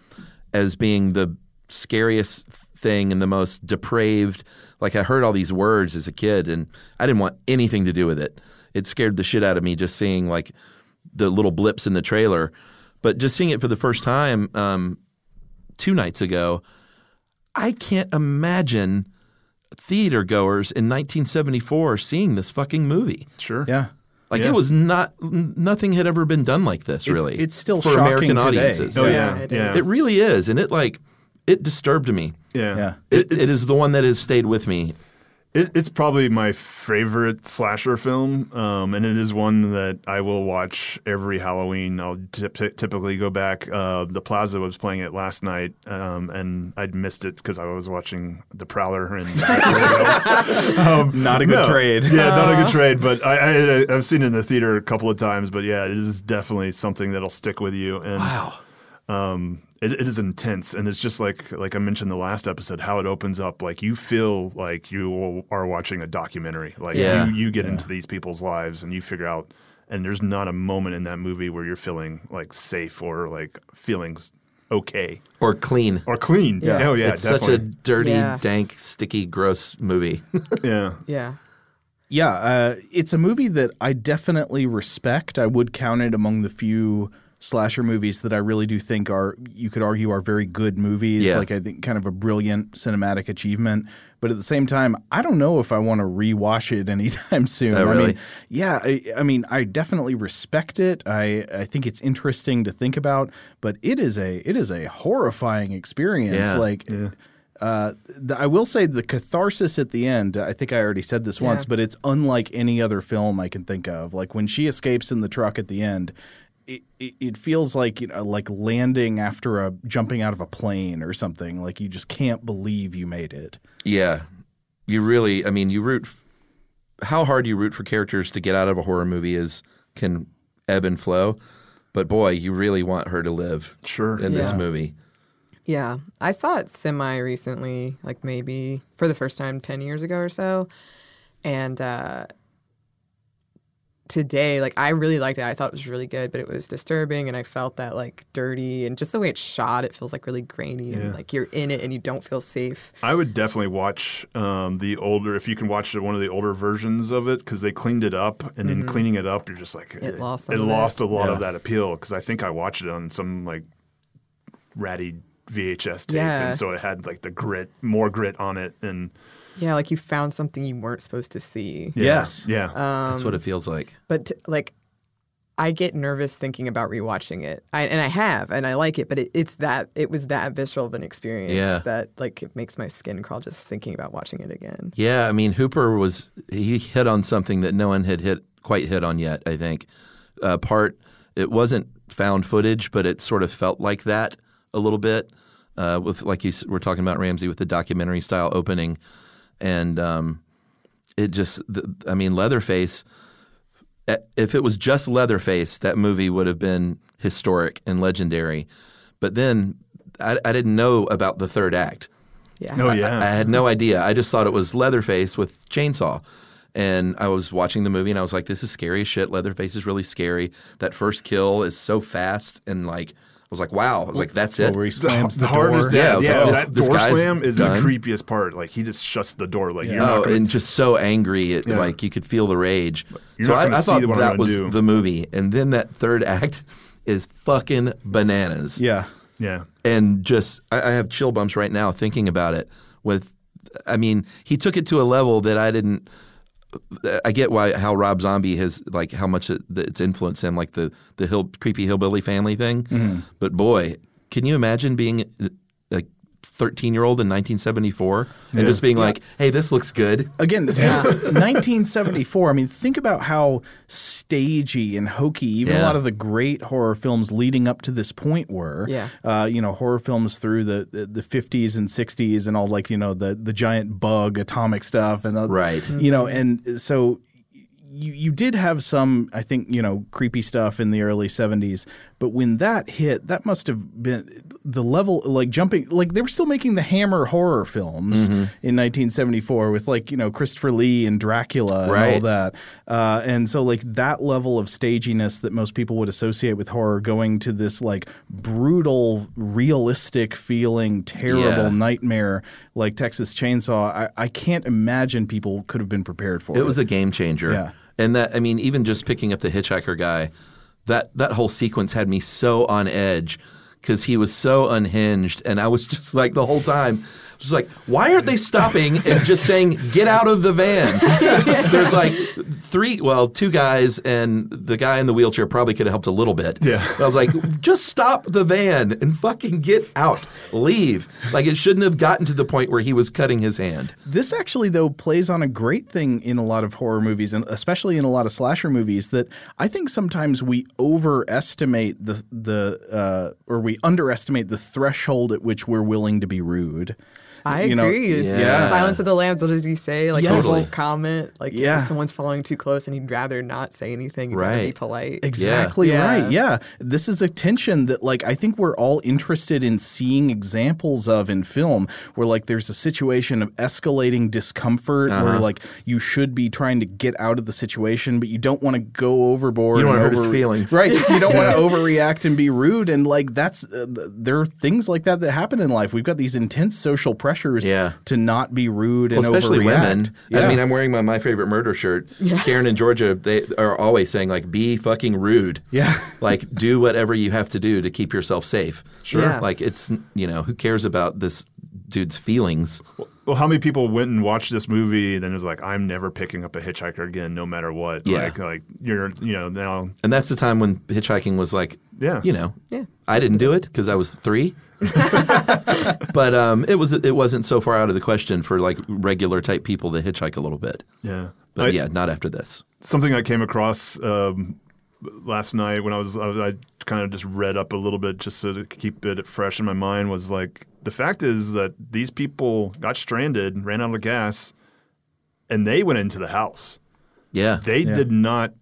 as being the scariest thing and the most depraved. Like I heard all these words as a kid and I didn't want anything to do with it. It scared the shit out of me just seeing like the little blips in the trailer. But just seeing it for the first time um, two nights ago, I can't imagine theater goers in 1974 seeing this fucking movie.
Sure.
Yeah.
Like it was not n- nothing had ever been done like this.
It's-
Really,
it's still
for
shocking
American
today.
audiences.
Oh
Yeah,
yeah.
it
yeah.
It really is, and it like it disturbed me.
yeah.
Yeah.
It, it is the one that has stayed with me.
It, it's probably my favorite slasher film, um, and it is one that I will watch every Halloween. I'll typ- ty- typically go back. Uh, the Plaza was playing it last night, um, and I'd missed it because I was watching The Prowler and
Not a good
No.
trade.
Yeah, not a good trade. But I, I, I've seen it in the theater a couple of times. But yeah, it is definitely something that'll stick with you. And wow, um, it, it is intense, and it's just like like I mentioned the last episode, how it opens up. Like you feel like you are watching a documentary. Like
Yeah.
you, you get into these people's lives, and you figure out. And there's not a moment in that movie where you're feeling like safe or like feeling s- okay
Or clean.
or clean. Yeah. Oh yeah,
it's such a
definitely.
dirty,
Yeah.
dank, sticky, gross movie.
yeah.
Yeah.
Yeah, uh, it's a movie that I definitely respect. I would count it among the few slasher movies that I really do think are you could argue are very good movies.
Yeah.
Like I think kind of a brilliant cinematic achievement. But at the same time, I don't know if I want to rewatch it anytime soon.
Oh,
I
really?
mean, yeah, I, I mean, I definitely respect it. I, I think it's interesting to think about, but it is a it is a horrifying experience.
Yeah.
Like uh, th- I will say the catharsis at the end. I think I already said this once, but it's unlike any other film I can think of. Like when she escapes in the truck at the end, it it, it feels like you know, like landing after a jumping out of a plane or something. Like you just can't believe you made it.
Yeah, you really. I mean, you root. How hard you root for characters to get out of a horror movie is can ebb and flow, but boy, you really want her to live.
Sure.
in this
Yeah.
movie.
Yeah. I saw it semi recently, like maybe for the first time 10 years ago or so. And uh, today, like, I really liked it. I thought it was really good, but it was disturbing. And I felt that, like, dirty and just the way it's shot, it feels like really grainy. And, like, you're in it and you don't feel safe.
I would definitely watch um, the older, if you can watch one of the older versions of it, because they cleaned it up, and in cleaning it up, you're just like
Mm-hmm.
eh,
It lost some
it
of that.
lost a lot of that appeal. Because I think I watched it on some like ratty VHS tape,
Yeah.
and so it had like the grit, more grit on it, and
Yeah, like you found something you weren't supposed to see.
Yeah.
Yes.
Uh,
Yeah.
uh,
That's what it feels like.
But t- like, I get nervous thinking about rewatching it, I, and I have, and I like it. But it, it's that it was that visceral of an experience
Yeah.
that like it makes my skin crawl just thinking about watching it again.
Yeah, I mean Hooper was he hit on something that no one had hit quite hit on yet. I think uh, part it wasn't found footage, but it sort of felt like that a little bit uh, with like you s- were talking about Ramsey with the documentary style opening, and um, it just the, I mean Leatherface. eh, If it was just Leatherface, that movie would have been historic and legendary. But then I, I didn't know about the third act.
Yeah,
oh
I
yeah.
had no idea. I just thought it was Leatherface with chainsaw. And I was watching the movie and I was like, this is scary as shit. Leatherface is really scary. That first kill is so fast. And like, I was like, wow. I was like, that's it.
Where he slams the, door.
hardest
Yeah, I
yeah,
was
yeah,
like,
that
this- this
door
guy's
slam is
done.
the creepiest part. Like he just shuts the door. Like you're
Oh,
not gonna,
and just so angry, it,
Yeah.
like you could feel the rage.
You're
so
not
I,
gonna
I
see
thought
what I'm
that
gonna
was
do.
the movie, and then that third act is fucking bananas.
Yeah.
yeah,
and just I, I have chill bumps right now thinking about it. With, I mean, he took it to a level that I didn't. I get why how Rob Zombie has like how much it, that it's influenced him, like the the hill, creepy hillbilly family thing. But boy, can you imagine being a thirteen year old in nineteen seventy four and just being like, "Hey, this looks good."
Again, 1974. I mean, think about how stagey and hokey even
Yeah.
a lot of the great horror films leading up to this point were.
Yeah.
Uh, you know, horror films through the, the, the 50s and 60s and all like, you know, the, the giant bug atomic stuff and the,
Right.
you know, and so you, you did have some, I think, you know, creepy stuff in the early 70s. But when that hit, that must have been the level, like jumping, like they were still making the Hammer horror films
Mm-hmm.
in 1974 with like, you know, Christopher Lee and Dracula and all
Right.
that. Uh, and so, like, that level of staginess that most people would associate with horror going to this, like, brutal, realistic feeling, terrible
Yeah.
nightmare like Texas Chainsaw, I, I can't imagine people could have been prepared for it.
It was a game changer.
Yeah.
And that I mean, even just picking up the hitchhiker guy, that that whole sequence had me so on edge because he was so unhinged, and I was just like the whole time. I was like, why aren't they stopping and just saying, get out of the van? There's like three, well, two guys, and the guy in the wheelchair probably could have helped a little bit.
Yeah.
But I was like, just stop the van and fucking get out, leave. Like, it shouldn't have gotten to the point where he was cutting his hand.
This actually, though, plays on a great thing in a lot of horror movies, and especially in a lot of slasher movies, that I think sometimes we overestimate the the uh, or we underestimate the threshold at which we're willing to be rude.
I
You know,
agree. It's
Yeah.
Silence of the Lambs. What does he say? Like
Yes.
he
Totally.
won't comment. Like
Yeah.
if someone's following too close, and he'd rather not say anything. He'd rather Be
Right.
polite.
Exactly
Yeah.
right. Yeah. This is a tension that like I think we're all interested in seeing examples of in film where like there's a situation of escalating discomfort
Uh-huh.
where like you should be trying to get out of the situation but you don't want to go overboard.
You don't
and
wanna hurt his
over-
feelings.
Right. You don't want to overreact and be rude and like that's uh, th- there are things like that that happen in life. We've got these intense social pressures
Yeah.
to not be rude
Well,
and
especially
overreact.
women.
Yeah.
I mean, I'm wearing my my favorite murder shirt. Karen and Georgia, they are always saying like, "Be fucking rude."
Yeah.
like do whatever you have to do to keep yourself safe. Sure.
Yeah.
Like it's you know who cares about this dude's feelings?
Well, how many people went and watched this movie and then it was like, I'm never picking up a hitchhiker again, no matter what.
Yeah.
Like, like you're, you know, now.
And that's the time when hitchhiking was like,
Yeah.
you know, yeah. I didn't do it because I was three. but um, it was it wasn't so far out of the question for like regular type people to hitchhike a little bit.
Yeah.
But
I-
yeah, not after this.
Something I came across um, last night when I was, I, was- I kind of just read up a little bit just so to keep it fresh in my mind was like, the fact is that these people got stranded, ran out of gas, and they went into the house.
Yeah.
They did not.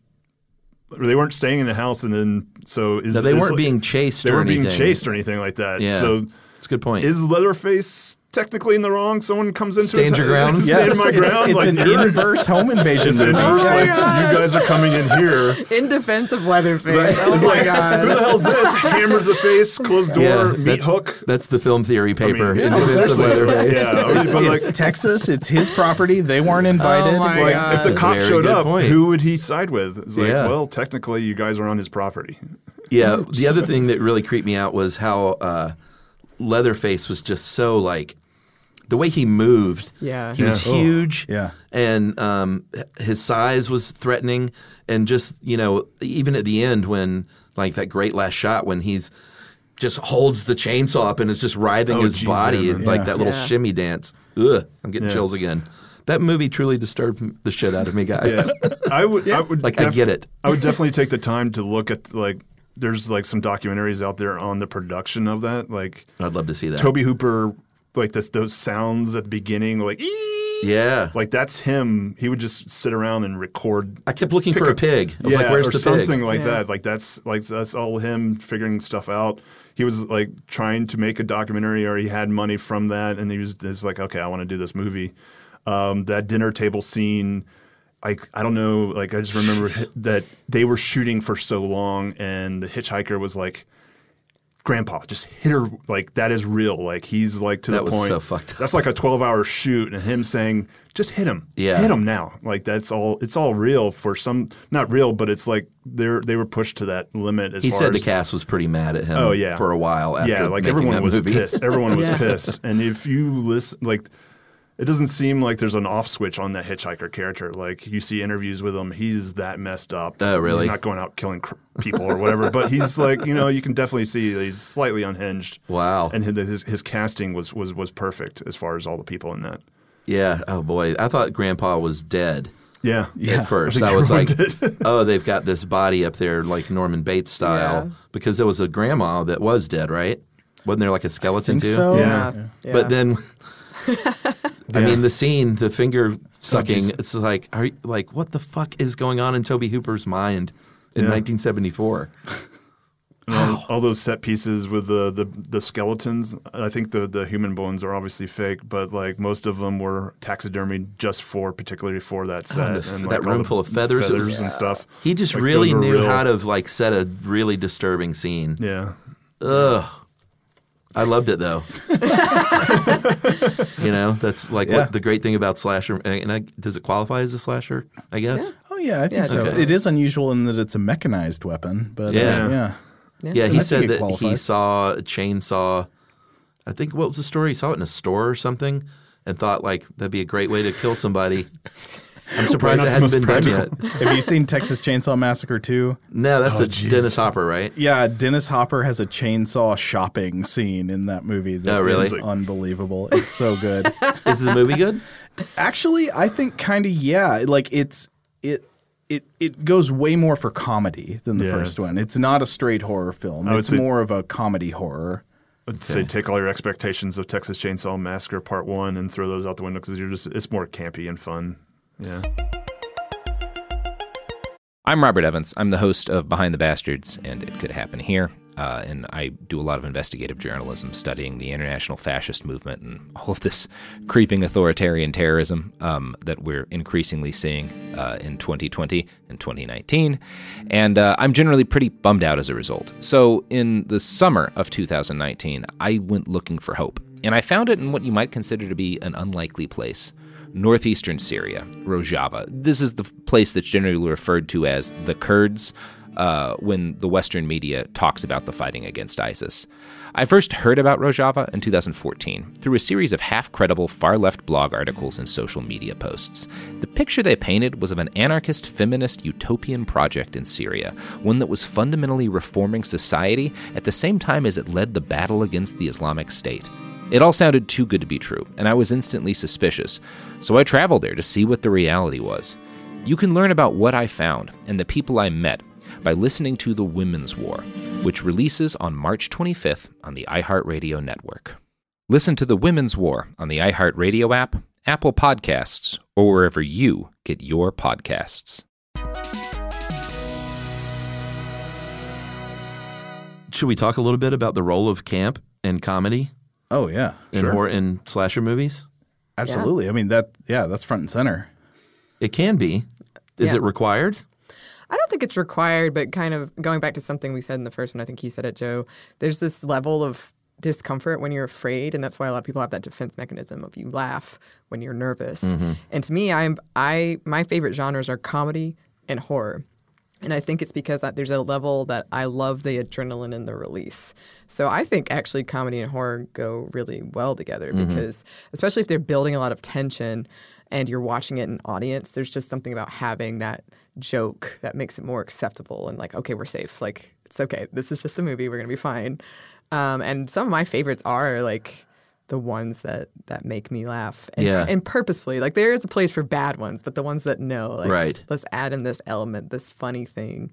They weren't staying in the house, and then so is
No, they
is
weren't
like-
being chased
They
or
weren't being
anything.
chased or anything like that.
Yeah.
So
It's a good point.
is Leatherface technically in the wrong? Someone comes into
Stand
his
your ground?
Stand my
It's-
ground.
It's,
like,
an
you're-
inverse home invasion
It's an
movie.
inverse,
my
like,
gosh.
you guys are coming in here.
In defense of Leatherface. Oh my god.
Who the hell's this? Hammer to the face, closed door, meat
that's,
hook.
That's the film theory paper.
yeah,
in defense of
seriously.
Leatherface.
Yeah, I mean, but
it's
like,
Texas. It's his property. They weren't invited.
Oh my
Like,
God.
if the
That's a
cop
very
showed
good
up,
point.
who would he side with? It's like,
Yeah.
well, technically, you guys are on his property.
Yeah, the other thing that really creeped me out was how uh, Leatherface was just so like the way he moved.
Yeah.
he was
Yeah. Oh.
huge.
Yeah.
and um, h- his size was threatening, and just you know, even at the end when like that great last shot when he's just holds the chainsaw up and is just writhing
Oh,
his
geez,
body
yeah,
and, like
yeah.
that little
Yeah.
shimmy dance. Ugh, I'm getting
Yeah.
chills again. That movie truly disturbed the shit out of me, guys.
I would. I would
Like, I get it.
I would definitely take the time to look at like. There's like some documentaries out there on the production of that, like
I'd love to see that.
Toby Hooper, like this, those sounds at the beginning, like "Ee!"
Yeah.
like that's him. He would just sit around and record.
I kept looking for a pig. I was
yeah,
like, where's
or
the pig?
something like that. Like that's like that's all him figuring stuff out. He was like trying to make a documentary, or he had money from that, and he was just like, okay, I want to do this movie. Um, that dinner table scene, I I don't know. Like I just remember hi- that they were shooting for so long, and the hitchhiker was like. Grandpa, just hit her like that is real. Like he's like to
That
the
was
point.
so fucked up.
That's like a twelve-hour shoot, and him saying, "Just hit him,
Yeah.
hit him now." Like that's all. It's all real for some, not real, but it's like they're they were pushed to that limit. As
He
far
said the
as,
cast was pretty mad at him
Oh yeah,
for a while after
yeah, like
making
everyone
that
was
movie.
pissed. Everyone was
Yeah.
pissed, and if you listen, like. It doesn't seem like there's an off switch on that hitchhiker character. Like you see interviews with him, he's that messed up.
Oh, really?
He's not going out killing cr- people or whatever, but he's like, you know, you can definitely see that he's slightly unhinged.
Wow.
And his his, his casting was, was was perfect as far as all the people in that.
Yeah. Oh boy, I thought Grandpa was dead
Yeah.
at first. I, was like, oh, they've got this body up there like Norman Bates style
Yeah.
because there was a grandma that was dead, right? Wasn't there like a skeleton too?
so.
Yeah.
Yeah.
But then, I
Yeah.
mean, the scene, the finger sucking. it's like, are you, like what the fuck is going on in Toby Hooper's mind in
Yeah.
1974?
And
Oh.
all, all those set pieces with the, the, the skeletons. I think the, the human bones are obviously fake, but like most of them were taxidermied just for particularly for that set
Oh, the-
and
that
like, all
room
the
full of feathers, it was-
feathers and stuff.
He just
Like,
really
those were
knew
real.
how to like set a really disturbing scene.
Yeah.
Ugh. I loved it though. you know, that's like
Yeah.
what the great thing about slasher. And I, does it qualify as a slasher? I guess.
Oh yeah, I think
Yeah,
so.
okay.
It is unusual in that it's a mechanized weapon, but uh,
Yeah.
yeah.
Yeah.
Yeah.
he
I think
said
it
that he
qualifies.
saw a chainsaw. I think what was the story? He saw it in a store or something, and thought like that'd be a great way to kill somebody. I'm surprised it
Not the
hadn't
most
been done
practical.
yet.
Have you seen Texas Chainsaw Massacre 2?
No, that's
Oh,
the
jeez.
Dennis Hopper, right?
Yeah, Dennis Hopper has a chainsaw shopping scene in that movie. That
Oh, really?
is unbelievable. It's so good.
Is the movie good?
Actually, I think kind of yeah. Like it's it it it goes way more for comedy than the
Yeah.
first one. It's not a straight horror film.
I would
It's
say-
more of a comedy horror.
I'd say take all your expectations of Texas Chainsaw Massacre Part One and throw those out the window because you're just it's more campy and fun. Yeah.
I'm Robert Evans. I'm the host of Behind the Bastards, and it could happen here. Uh, and I do a lot of investigative journalism, studying the international fascist movement and all of this creeping authoritarian terrorism um, that we're increasingly seeing uh, in 2020 and 2019. And uh, I'm generally pretty bummed out as a result. So, in the summer of 2019, I went looking for hope, and I found it in what you might consider to be an unlikely place northeastern Syria, Rojava. This is the place that's generally referred to as the Kurds uh, when the Western media talks about the fighting against ISIS. I first heard about Rojava in 2014 through a series of half credible far left blog articles and social media posts. The picture they painted was of an anarchist, feminist, utopian project in Syria, one that was fundamentally reforming society at the same time as it led the battle against the Islamic State. It all sounded too good to be true, and I was instantly suspicious, so I traveled there to see what the reality was. You can learn about what I found and the people I met by listening to The Women's War, which releases on March 25th on the iHeartRadio network. Listen to The Women's War on the iHeartRadio app, Apple Podcasts, or wherever you get your podcasts.
Should we talk a little bit about the role of camp and comedy
Oh yeah,
in horror in slasher movies?
absolutely. I mean that yeah, that's front and center.
It can be. Is
Yeah.
it required?
I don't think it's required, but kind of going back to something we said in the first one, I think you said it, Joe. There's this level of discomfort when you're afraid, and that's why a lot of people have that defense mechanism of you laugh when you're nervous. And to me, I'm I my favorite genres are comedy and horror. And I think it's because I- there's a level that I love the adrenaline and the release. So I think actually comedy and horror go really well together
Mhm.
because, especially if they're building a lot of tension and you're watching it in audience, there's just something about having that joke that makes it more acceptable and like, okay, we're safe. Like, it's okay. This is just a movie. We're going to be fine. Um, and some of my favorites are like, the ones that that make me laugh and,
Yeah.
and purposefully like there is a place for bad ones but the ones that know like
Right.
let's add in this element this funny thing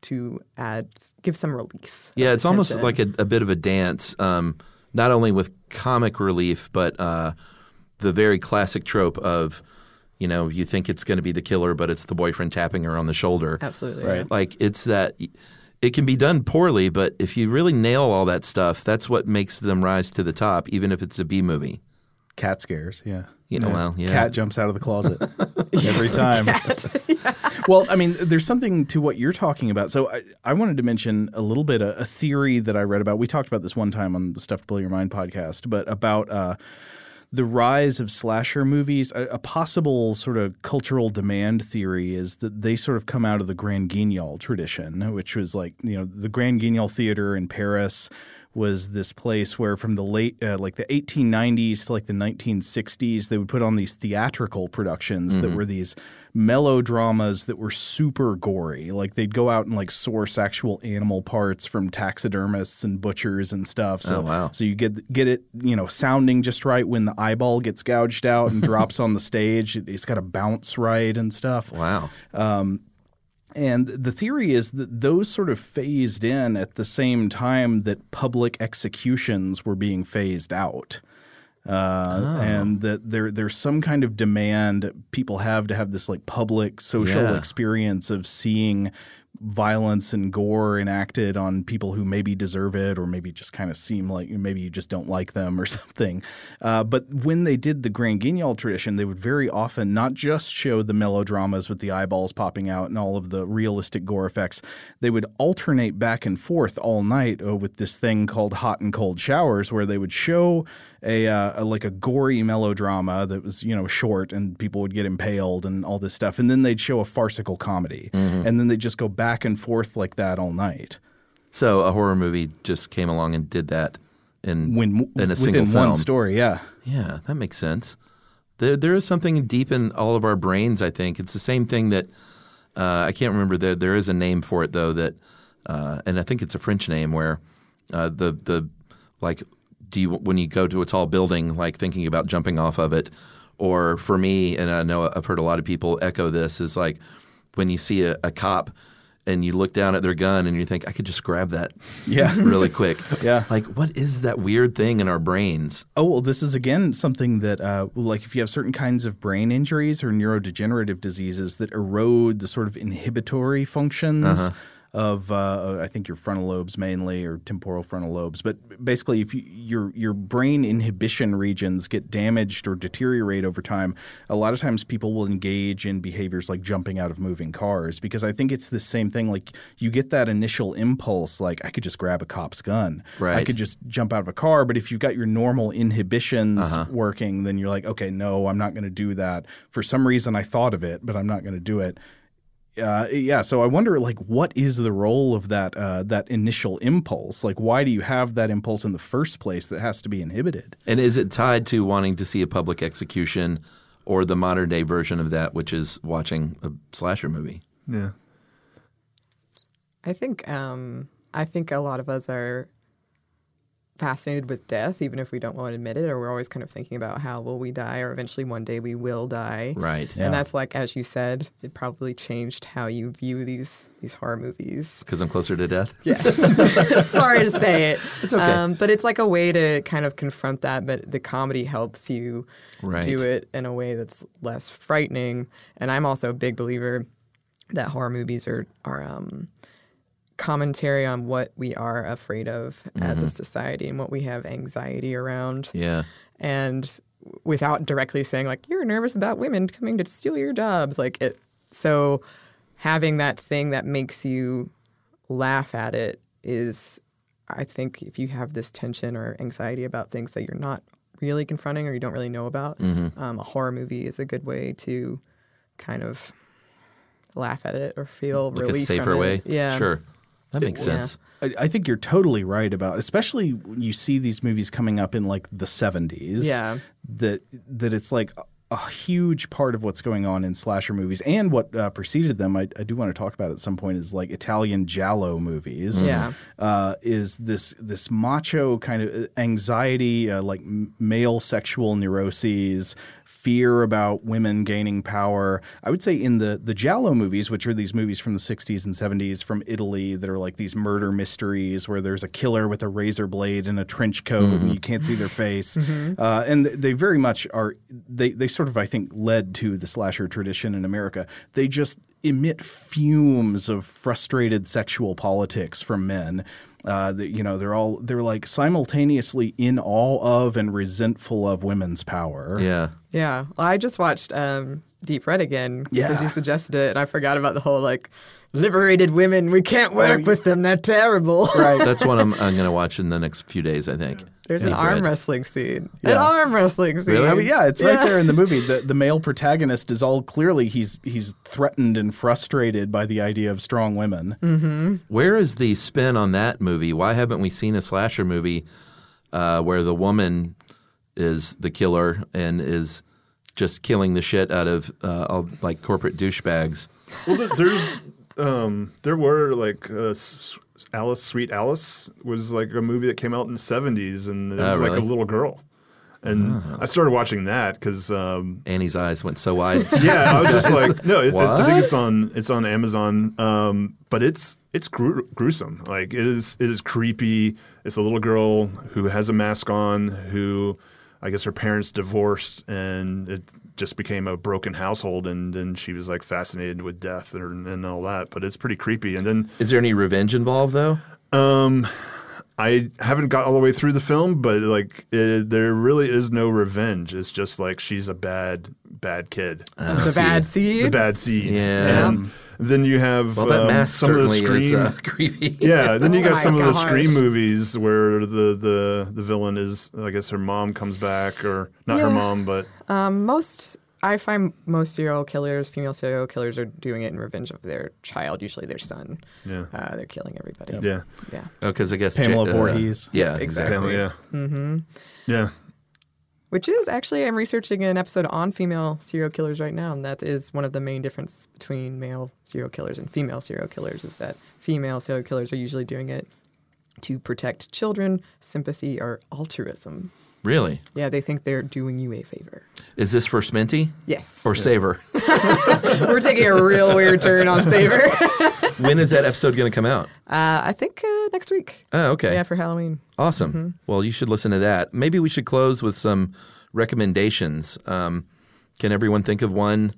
to add give some release
Yeah, it's almost like a, a bit of a dance, um, not only with comic relief, but uh, the very classic trope of, you know, you think it's going to be the killer, but it's the boyfriend tapping her on the shoulder.
Absolutely, Right. yeah.
Like, it's that, it can be done poorly, but if you really nail all that stuff, that's what makes them rise to the top, even if it's a B movie.
Cat scares, yeah.
You know, well, yeah.
Cat jumps out of the closet every time. well, I mean, there's something to what you're talking about. So I, I wanted to mention a little bit a, a theory that I read about. We talked about this one time on the Stuff to Blow Your Mind podcast, but about uh, the rise of slasher movies. A, a possible sort of cultural demand theory is that they sort of come out of the Grand Guignol tradition, which was like you know the Grand Guignol Theater in Paris was this place where from the late uh, like the 1890s to like the 1960s they would put on these theatrical productions that
Mm-hmm.
Mhm.
were these melodramas that were super gory like they'd go out and like source actual animal parts from taxidermists and butchers and stuff so
Oh, wow.
so you get get it you know sounding just right when the eyeball gets gouged out and drops on the stage It- it's got to bounce right and stuff
wow
um, and the theory is that those sort of phased in at the same time that public executions were being phased out. Uh,
Oh.
And that there there's some kind of demand people have to have this like public social
Yeah.
experience of seeing violence and gore enacted on people who maybe deserve it or maybe just kind of seem like maybe you just don't like them or something. Uh, but when they did the Grand Guignol tradition, they would very often not just show the melodramas with the eyeballs popping out and all of the realistic gore effects, they would alternate back and forth all night uh, with this thing called hot and cold showers where they would show a, uh, a like a gory melodrama that was you know short and people would get impaled and all this stuff and then they'd show a farcical comedy
Mhm.
and then they just go back and forth like that all night.
So a horror movie just came along and did that in,
when,
in a single
within one
film.
story, yeah.
Yeah, that makes sense. There, there is something deep in all of our brains. I think it's the same thing that uh, I can't remember. There, there is a name for it though. That, uh, and I think it's a French name where uh, the the like do you when you go to a tall building, like thinking about jumping off of it, or for me, and I know I've heard a lot of people echo this is like when you see a, a cop and you look down at their gun and you think I could just grab that,
Yeah.
really quick,
yeah.
Like what is that weird thing in our brains?
Oh well, this is again something that, uh, like, if you have certain kinds of brain injuries or neurodegenerative diseases that erode the sort of inhibitory functions
Uh-huh.
of, uh, I think your frontal lobes mainly, or temporal frontal lobes. But basically, if you, your your brain inhibition regions get damaged or deteriorate over time, a lot of times people will engage in behaviors like jumping out of moving cars because I think it's the same thing. Like, you get that initial impulse, like, I could just grab a cop's gun. I
Right.
could just jump out of a car. But if you've got your normal inhibitions
Uh-huh.
working, then you're like, okay, no, I'm not going to do that. For some reason, I thought of it, but I'm not going to do it. Uh, yeah, so I wonder, like, what is the role of that uh, that initial impulse? Like, why do you have that impulse in the first place that has to be inhibited?
And is it tied to wanting to see a public execution or the modern day version of that, which is watching a slasher movie?
Yeah.
I think um, I think a lot of us are fascinated with death, even if we don't want to admit it, or we're always kind of thinking about how will we die, or eventually one day we will die.
Right. Yeah.
And that's like, as you said, it probably changed how you view these these horror movies.
Because I'm closer to death?
Yes. Sorry to say it. Um,
It's okay.
but it's like a way to kind of confront that. But the comedy helps you
Right.
do it in a way that's less frightening. And I'm also a big believer that horror movies are are um, commentary on what we are afraid of as a
Mhm.
society and what we have anxiety around.
Yeah.
And without directly saying like you're nervous about women coming to steal your jobs, like it. So having that thing that makes you laugh at it is, I think, if you have this tension or anxiety about things that you're not really confronting or you
Mm-hmm.
don't really know about,
Mhm.
um, a horror movie is a good way to kind of laugh at it or feel
Like
relief
a safer
from it.
way.
Yeah,
Sure. That makes
Yeah.
sense.
I, I think you're totally right about, especially when you see these movies coming up in like the 70s.
Yeah.
that that it's like a, a huge part of what's going on in slasher movies and what uh, preceded them. I, I do want to talk about at some point is like Italian giallo movies.
Yeah.
uh, is this this macho kind of uh, anxiety, uh, like m- male sexual neuroses. Fear about women gaining power. I would say in the the Giallo movies, which are these movies from the 60s and 70s from Italy that are like these murder mysteries where there's a killer with a razor blade and a trench coat and you can't see their face. Uh, and th- they very much are, they, they sort of, I think, led to the slasher tradition in America. They just emit fumes of frustrated sexual politics from men. Uh, that you know they're all they're like simultaneously in awe of and resentful of women's power.
Yeah.
yeah. Well, I just watched um, Deep Red again because
Yeah.
you suggested it, and I forgot about the whole like liberated women. We can't work with them; they're terrible.
Right.
That's what I'm, I'm going to watch in the next few days, I think.
There's an
Deep
arm
Red.
wrestling scene.
Yeah.
An arm wrestling scene.
Oh,
I mean, yeah, it's right
Yeah.
there in the movie. The the male protagonist is all clearly he's he's threatened and frustrated by the idea of strong women.
Mm. Where is the spin on that movie? Why haven't we seen a slasher movie uh, where the woman is the killer and is just killing the shit out of uh, all, like corporate douchebags?
Well, there- there's um, there were like uh, S- Alice, Sweet Alice was like a movie that came out in the '70s, and it was
Oh,
like a
really? Oh.
little girl. And I started watching that because um,
Annie's eyes went so wide.
yeah, I was just like, no, it's, it's- I
What?
think it's on it's on Amazon, um, but it's it's gru- gruesome. Like it is it is creepy. It's a little girl who has a mask on who. I guess her parents divorced, and it just became a broken household. And then she was like fascinated with death and, and all that. But it's pretty creepy. And then
Is there any revenge involved though?
um, I haven't got all the way through the film, but like it, there really is no revenge. It's just like she's a bad, bad kid,
the bad seed.
the bad seed.
Yeah.
And then you have
Well, that
um,
mask
some of the
certainly is
scream.
uh, creepy.
yeah, then you
Oh
got
my
some of the
gosh.
scream movies where the, the the villain is, I guess, her mom comes back, or not her
Yeah.
mom, but
Um, most I find most serial killers, female serial killers, are doing it in revenge of their child, usually their son.
Yeah.
uh, they're killing everybody.
yeah,
yeah.
Oh, because I guess
Pamela
Ja-
Voorhees.
yeah,
Exactly.
Pamela, yeah, mm-hmm. yeah.
Which is actually, I'm researching an episode on female serial killers right now, and that is one of the main difference between male serial killers and female serial killers is that female serial killers are usually doing it to protect children, sympathy, or altruism.
Really?
Yeah, they think they're doing you a favor.
Is this for Sminty
Yes.
or Savor?
We're taking a real weird turn on Savor. uh,
when is that episode going to come out?
I think uh, next week.
Oh, okay.
Yeah, for Mm-hmm. Halloween.
Awesome. Well, you should listen to that. Maybe we should close with some recommendations. Um, can everyone think of one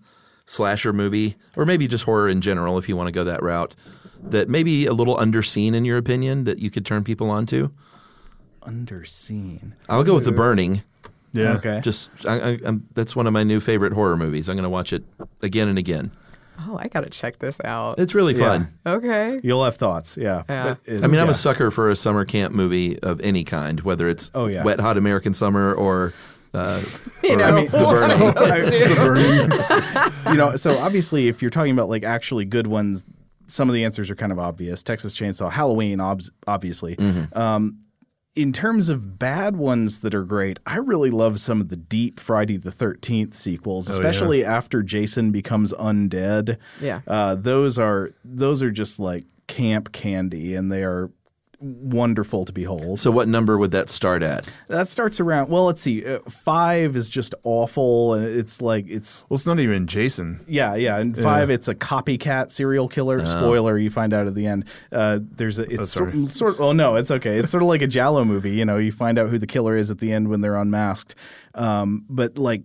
slasher movie, or maybe just horror in general, if you want to go that route, that maybe a little underseen in your opinion that you could turn people onto?
Underseen.
I'll go with The Burning.
Yeah.
Okay.
Just I, I, i that's one of my new favorite horror movies. I'm going to watch it again and again.
Oh, I gotta check this out.
It's really fun.
Okay.
You'll have thoughts. Yeah.
Yeah.
That is-
I mean, I'm
yeah.
a sucker for a summer camp movie of any kind, whether it's
Oh, yeah.
Wet Hot American Summer or uh,
You know,
The Burning.
The burning. you know, so obviously, if you're talking about like actually good ones, some of the answers are kind of obvious. Texas Chainsaw, Halloween, obs- obviously. Um, in terms of bad ones that are great, I really love some of the deep Friday the 13th sequels, especially after Jason becomes undead.
Yeah.
Uh, those are those are just like camp candy and they are wonderful to behold.
So, what number would that start at?
That starts around. Well, let's see. Uh, five is just awful, and it's like it's
Well, it's not even Jason.
yeah, yeah. And five, it's a copycat serial killer. Spoiler, you find out at the end. Uh, there's a it's
sorry.
sort, sort. Well, no, it's okay. It's sort of like a Jallo movie. You know, you find out who the killer is at the end when they're unmasked. Um, but like.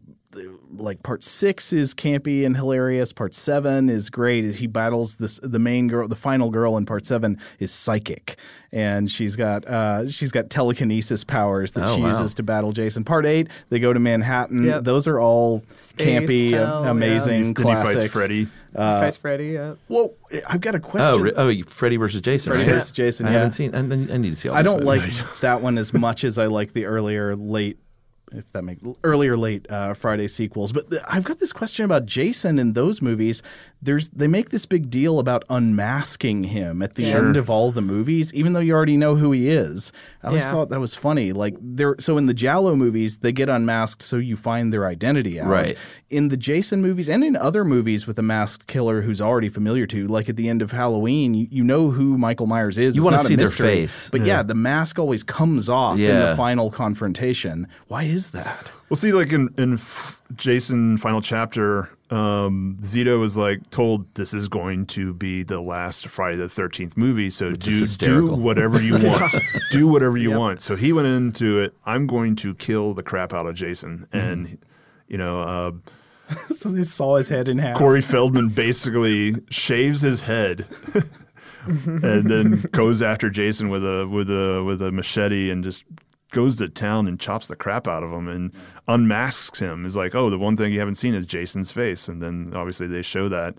Like part six is campy and hilarious. Part seven is great. He battles this the main girl, the final girl in part seven is psychic, and she's got uh, she's got telekinesis powers that
Oh,
she
wow.
uses to battle Jason. Part eight, they go to Manhattan.
Yep.
Those are all
Space,
campy,
hell, yeah.
amazing
Then
classics.
he fights Freddy.
Fights Freddy. Yeah.
Whoa, I've got a
Oh,
question.
re- oh, you- Freddy versus Jason.
Freddy
right?
versus Jason,
I
yeah.
haven't seen. I, I need to see. All
I
these
don't like
movies.
that one as much as I like the earlier late if that makes early or late uh, Friday sequels. But th- I've got this question about Jason in those movies. There's they make this big deal about unmasking him at the
Yeah.
end
Sure.
of all the movies, even though you already know who he is. I always
Yeah.
thought that was funny. Like there, so in the Jallo movies, they get unmasked so you find their identity out.
Right.
In the Jason movies and in other movies with a masked killer who's already familiar to, like at the end of Halloween, you, you know who Michael Myers is.
You
It's
wanna
not a
see their
mystery.
face.
But
Yeah.
yeah, the mask always comes off in
Yeah.
the final confrontation. Why is that?
Well, see, like in in F- Jason final chapter, um, Zito was like told this is going to be the last Friday the Thirteenth movie, so do do
hysterical.
whatever you want, do whatever you
Yep.
want. So he went into it. I'm going to kill the crap out of Jason, and you know, uh,
so they saw his head in half.
Corey Feldman basically shaves his head. and then goes after Jason with a with a with a machete and just goes to town and chops the crap out of him and unmasks him. Is like, oh, the one thing you haven't seen is Jason's face, and then obviously they show that,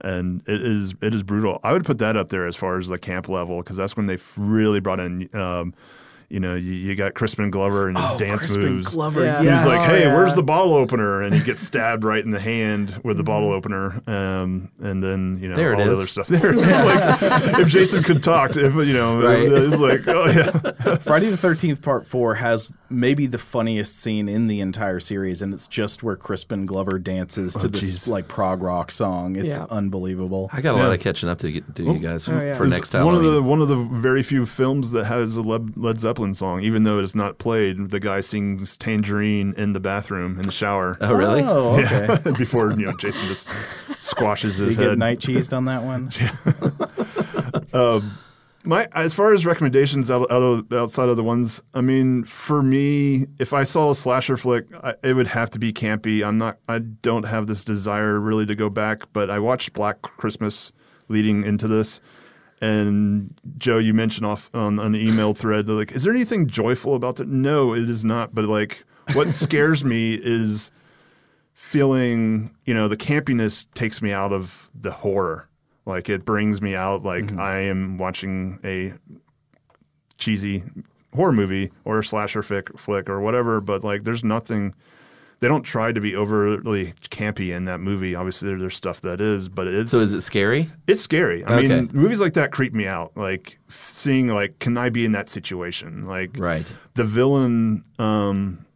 and it is it is brutal. I would put that up there as far as the camp level because that's when they f- really brought in. Um, you know, you, you got Crispin Glover and his dance
Oh, Crispin
moves.
Glover,
Yeah.
He's
yes.
like,
Oh,
"Hey,
yeah.
where's the bottle opener?" And he gets stabbed right in the hand with the
Mm-hmm.
bottle opener. Um, and then you know
There it
all the
is.
other stuff. There, it is. like, if Jason could talk, if you know,
Right.
it's like, oh yeah.
Friday the Thirteenth Part Four has maybe the funniest scene in the entire series, and it's just where Crispin Glover dances to this
geez.
like prog rock song. It's
Yeah.
unbelievable.
Oh, I got a lot of catching up to get, do you guys
oh, yeah.
for
It's
next time.
One of the one of the very few films that has a Led, Led Zeppelin song, even though it is not played. The guy sings "Tangerine" in the bathroom in the shower
oh, really?
Oh, okay.
before you know Jason just squashes
Did
his
you get
head.
night cheesed on that one?
My as far as recommendations out, out of, outside of the ones, I mean, for me, if I saw a slasher flick, I, it would have to be campy. I'm not, I don't have this desire really to go back, but I watched Black Christmas leading into this, and Joe, you mentioned off on an email thread that like, is there anything joyful about that? No, it is not. But like, what scares me is feeling you know the campiness takes me out of the horror like it brings me out like
Mm-hmm.
i am watching a cheesy horror movie or a slasher fic, flick or whatever but like there's nothing they don't try to be overly campy in that movie obviously there, there's stuff that is but it's
So is it scary?
it's scary i
Okay.
mean movies like that creep me out like f- seeing like can i be in that situation like
Right.
the villain um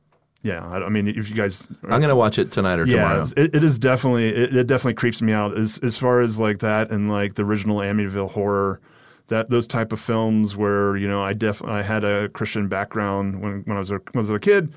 yeah i, I mean if you guys
I'm gonna watch it tonight or
yeah,
tomorrow.
it's- it, it is definitely it, it definitely creeps me out as as far as like that and like the original Amityville horror, that those type of films where you know I def I had a Christian background when when I was a, when I was a kid,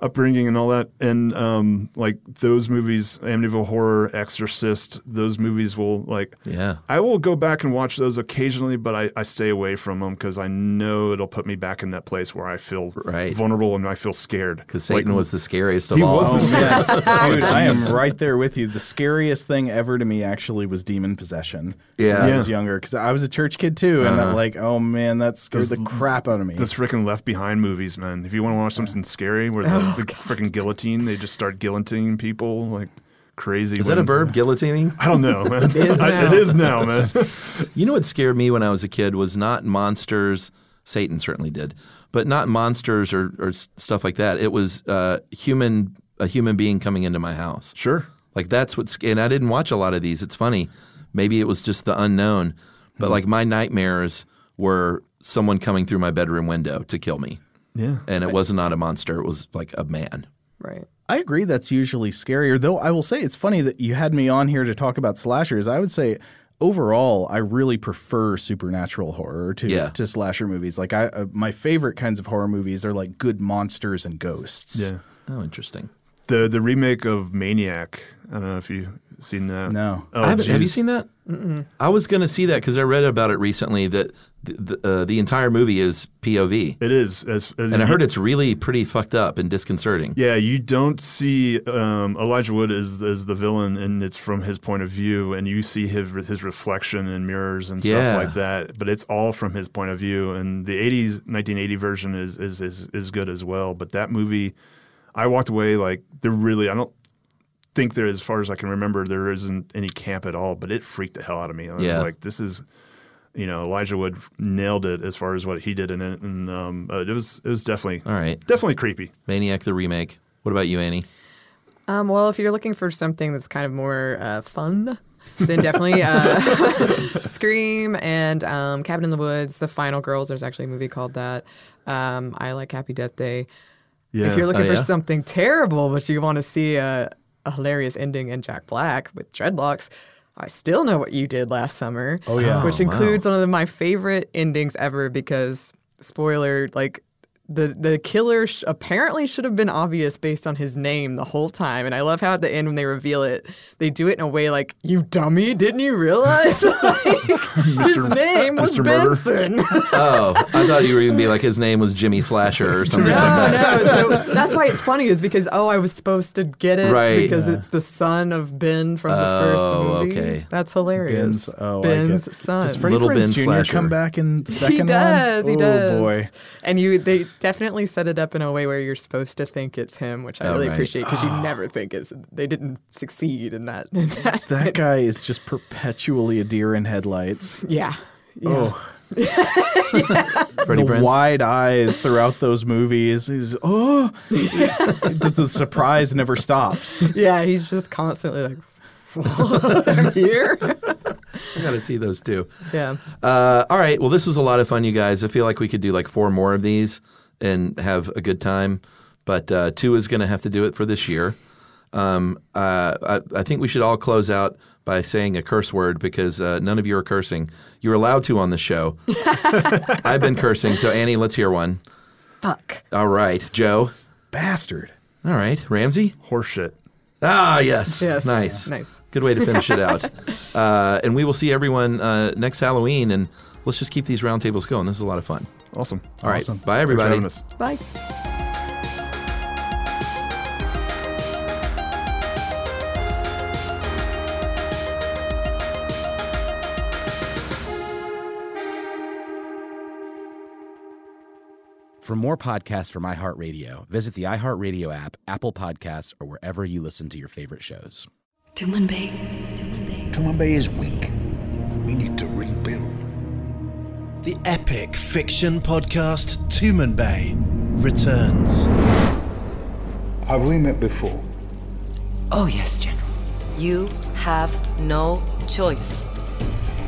upbringing and all that, and um like those movies Amityville horror, Exorcist, those movies will like
Yeah.
I will go back and watch those occasionally, but I, I stay away from them because I know it'll put me back in that place where I feel
Right.
vulnerable and I feel scared.
Because Satan was the scariest of
he
all.
was the
Yes. Oh, Dude, I am right there with you. The scariest thing ever to me actually was demon possession. When
Yeah.
I
Yeah. Uh-huh.
was younger because I was a church kid too, and I'm like, oh man, that scared the crap out of me.
Those freaking Left Behind movies, man. If you want to watch something scary, where the,
Oh,
the freaking guillotine, they just start guillotining people like crazy.
Is that a
when-
verb? Guillotining?
I don't know, man. it,
is now.
it is now, man.
You know what scared me when I was a kid was not monsters. Satan certainly did, but not monsters or, or s- stuff like that. It was uh, human a human being coming into my house.
sure.
Like that's what's and I didn't watch a lot of these. It's funny. Maybe it was just the unknown, but like my nightmares were someone coming through my bedroom window to kill me.
Yeah.
And it was not a monster, it was like a man.
Right.
I agree that's usually scarier, though I will say it's funny that you had me on here to talk about slashers. I would say overall, I really prefer supernatural horror to,
Yeah.
to slasher movies. Like, I, uh, my favorite kinds of horror movies are like good monsters and ghosts.
Yeah.
Oh, interesting.
The the remake of Maniac. I don't know if you've seen that.
No.
Oh,
I haven't- have you
geez.
seen that? I was going to see that because I read about it recently that the, the, uh, the entire movie is POV.
It is. As, as
And I
you-
heard it's really pretty fucked up and disconcerting.
Yeah, you don't see um, Elijah Wood is is the villain, and it's from his point of view, and you see his his reflection in mirrors and stuff
Yeah.
like that. But it's all from his point of view, and the '80s 1980 version is is is, is good as well. But that movie, I walked away like there really I don't think there as far as I can remember there isn't any camp at all, but it freaked the hell out of me. I was
Yeah.
like, this is you know, Elijah Wood nailed it as far as what he did in it, and um, uh, it was it was definitely
All right.
definitely creepy.
Maniac the remake. What about you, Annie?
Um, well, if you're looking for something that's kind of more uh, fun, then definitely uh, Scream and um, Cabin in the Woods, The Final Girls. There's actually a movie called that. Um, I like Happy Death Day.
Yeah.
If you're looking
Oh,
for
yeah?
something terrible, but you want to see a, a hilarious ending in Jack Black with dreadlocks, I still know what you did last summer. Oh
yeah.
which
Oh, wow.
includes one of my favorite endings ever because spoiler like. The, the killer sh- apparently should have been obvious based on his name the whole time. And I love how at the end, when they reveal it, they do it in a way like, You dummy, didn't you realize? like, his name was
Mr. Murder.
Benson.
Oh, I thought you were going to be like his name was Jimmy Slasher or something
No,
like that.
no. So that's why it's funny is because oh, I was supposed to get it
Right.
because it's the son of Ben from the
Oh,
first movie.
okay.
That's hilarious.
Ben's, oh, I
Ben's
get-
son.
Does Freddie
Little
Prinze
Ben
Jr.
Slasher.
come back in the second
he
one?
does. He
oh,
does.
boy.
And you, they definitely set it up in a way where you're supposed to think it's him, which I
Oh,
really
right.
appreciate because you never think it's. They didn't succeed in that. in that.
That guy is just perpetually a deer in headlights.
yeah. Yeah.
Oh,
Freddie
the
Prinze.
wide eyes throughout those movies. He's, oh, the, the surprise never stops.
Yeah. He's just constantly like, I'm here.
I got to see those two.
yeah.
Uh, all right. Well, this was a lot of fun, you guys. I feel like we could do like four more of these and have a good time. But uh, two is going to have to do it for this year. Um, uh, I, I think we should all close out by saying a curse word because uh, none of you are cursing. You're allowed to on the show. I've been cursing. So, Annie, let's hear one.
Fuck.
All right. Joe.
Bastard.
All right. Ramsey.
Horseshit.
Ah, yes.
Yes.
Nice.
Nice.
Good way to finish it out. Uh, and we will see everyone uh, next Halloween. And let's just keep these roundtables going. This is a lot of fun.
Awesome.
All right.
Awesome.
Bye,
Thanks for
everybody.
having us.
Bye.
For more podcasts from iHeartRadio, visit the iHeartRadio app, Apple Podcasts, or wherever you listen to your favorite shows.
Timlin Bay. Timlin Bay.
Tumumbe is weak. We need to rebuild.
The epic fiction podcast Tumen Bay returns.
Have we met before?
Oh, yes, General. You have no choice.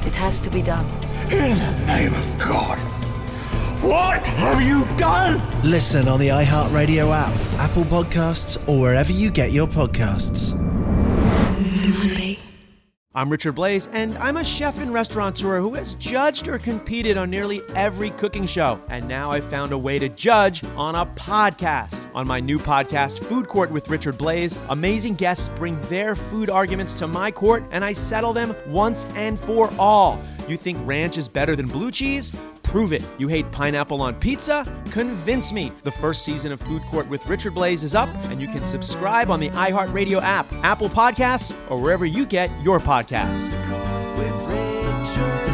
It has to be done.
In the name of God, what have you done?
Listen on the iHeartRadio app, Apple Podcasts, or wherever you get your podcasts.
I'm Richard Blaze, and I'm a chef and restaurateur who has judged or competed on nearly every cooking show. And now I've found a way to judge on a podcast. On my new podcast, Food Court with Richard Blaze, amazing guests bring their food arguments to my court, and I settle them once and for all. You think ranch is better than blue cheese? Prove it. You hate pineapple on pizza? Convince me. The first season of Food Court with Richard Blaze is up, and you can subscribe on the iHeartRadio app, Apple Podcasts, or wherever you get your podcasts.
With Richard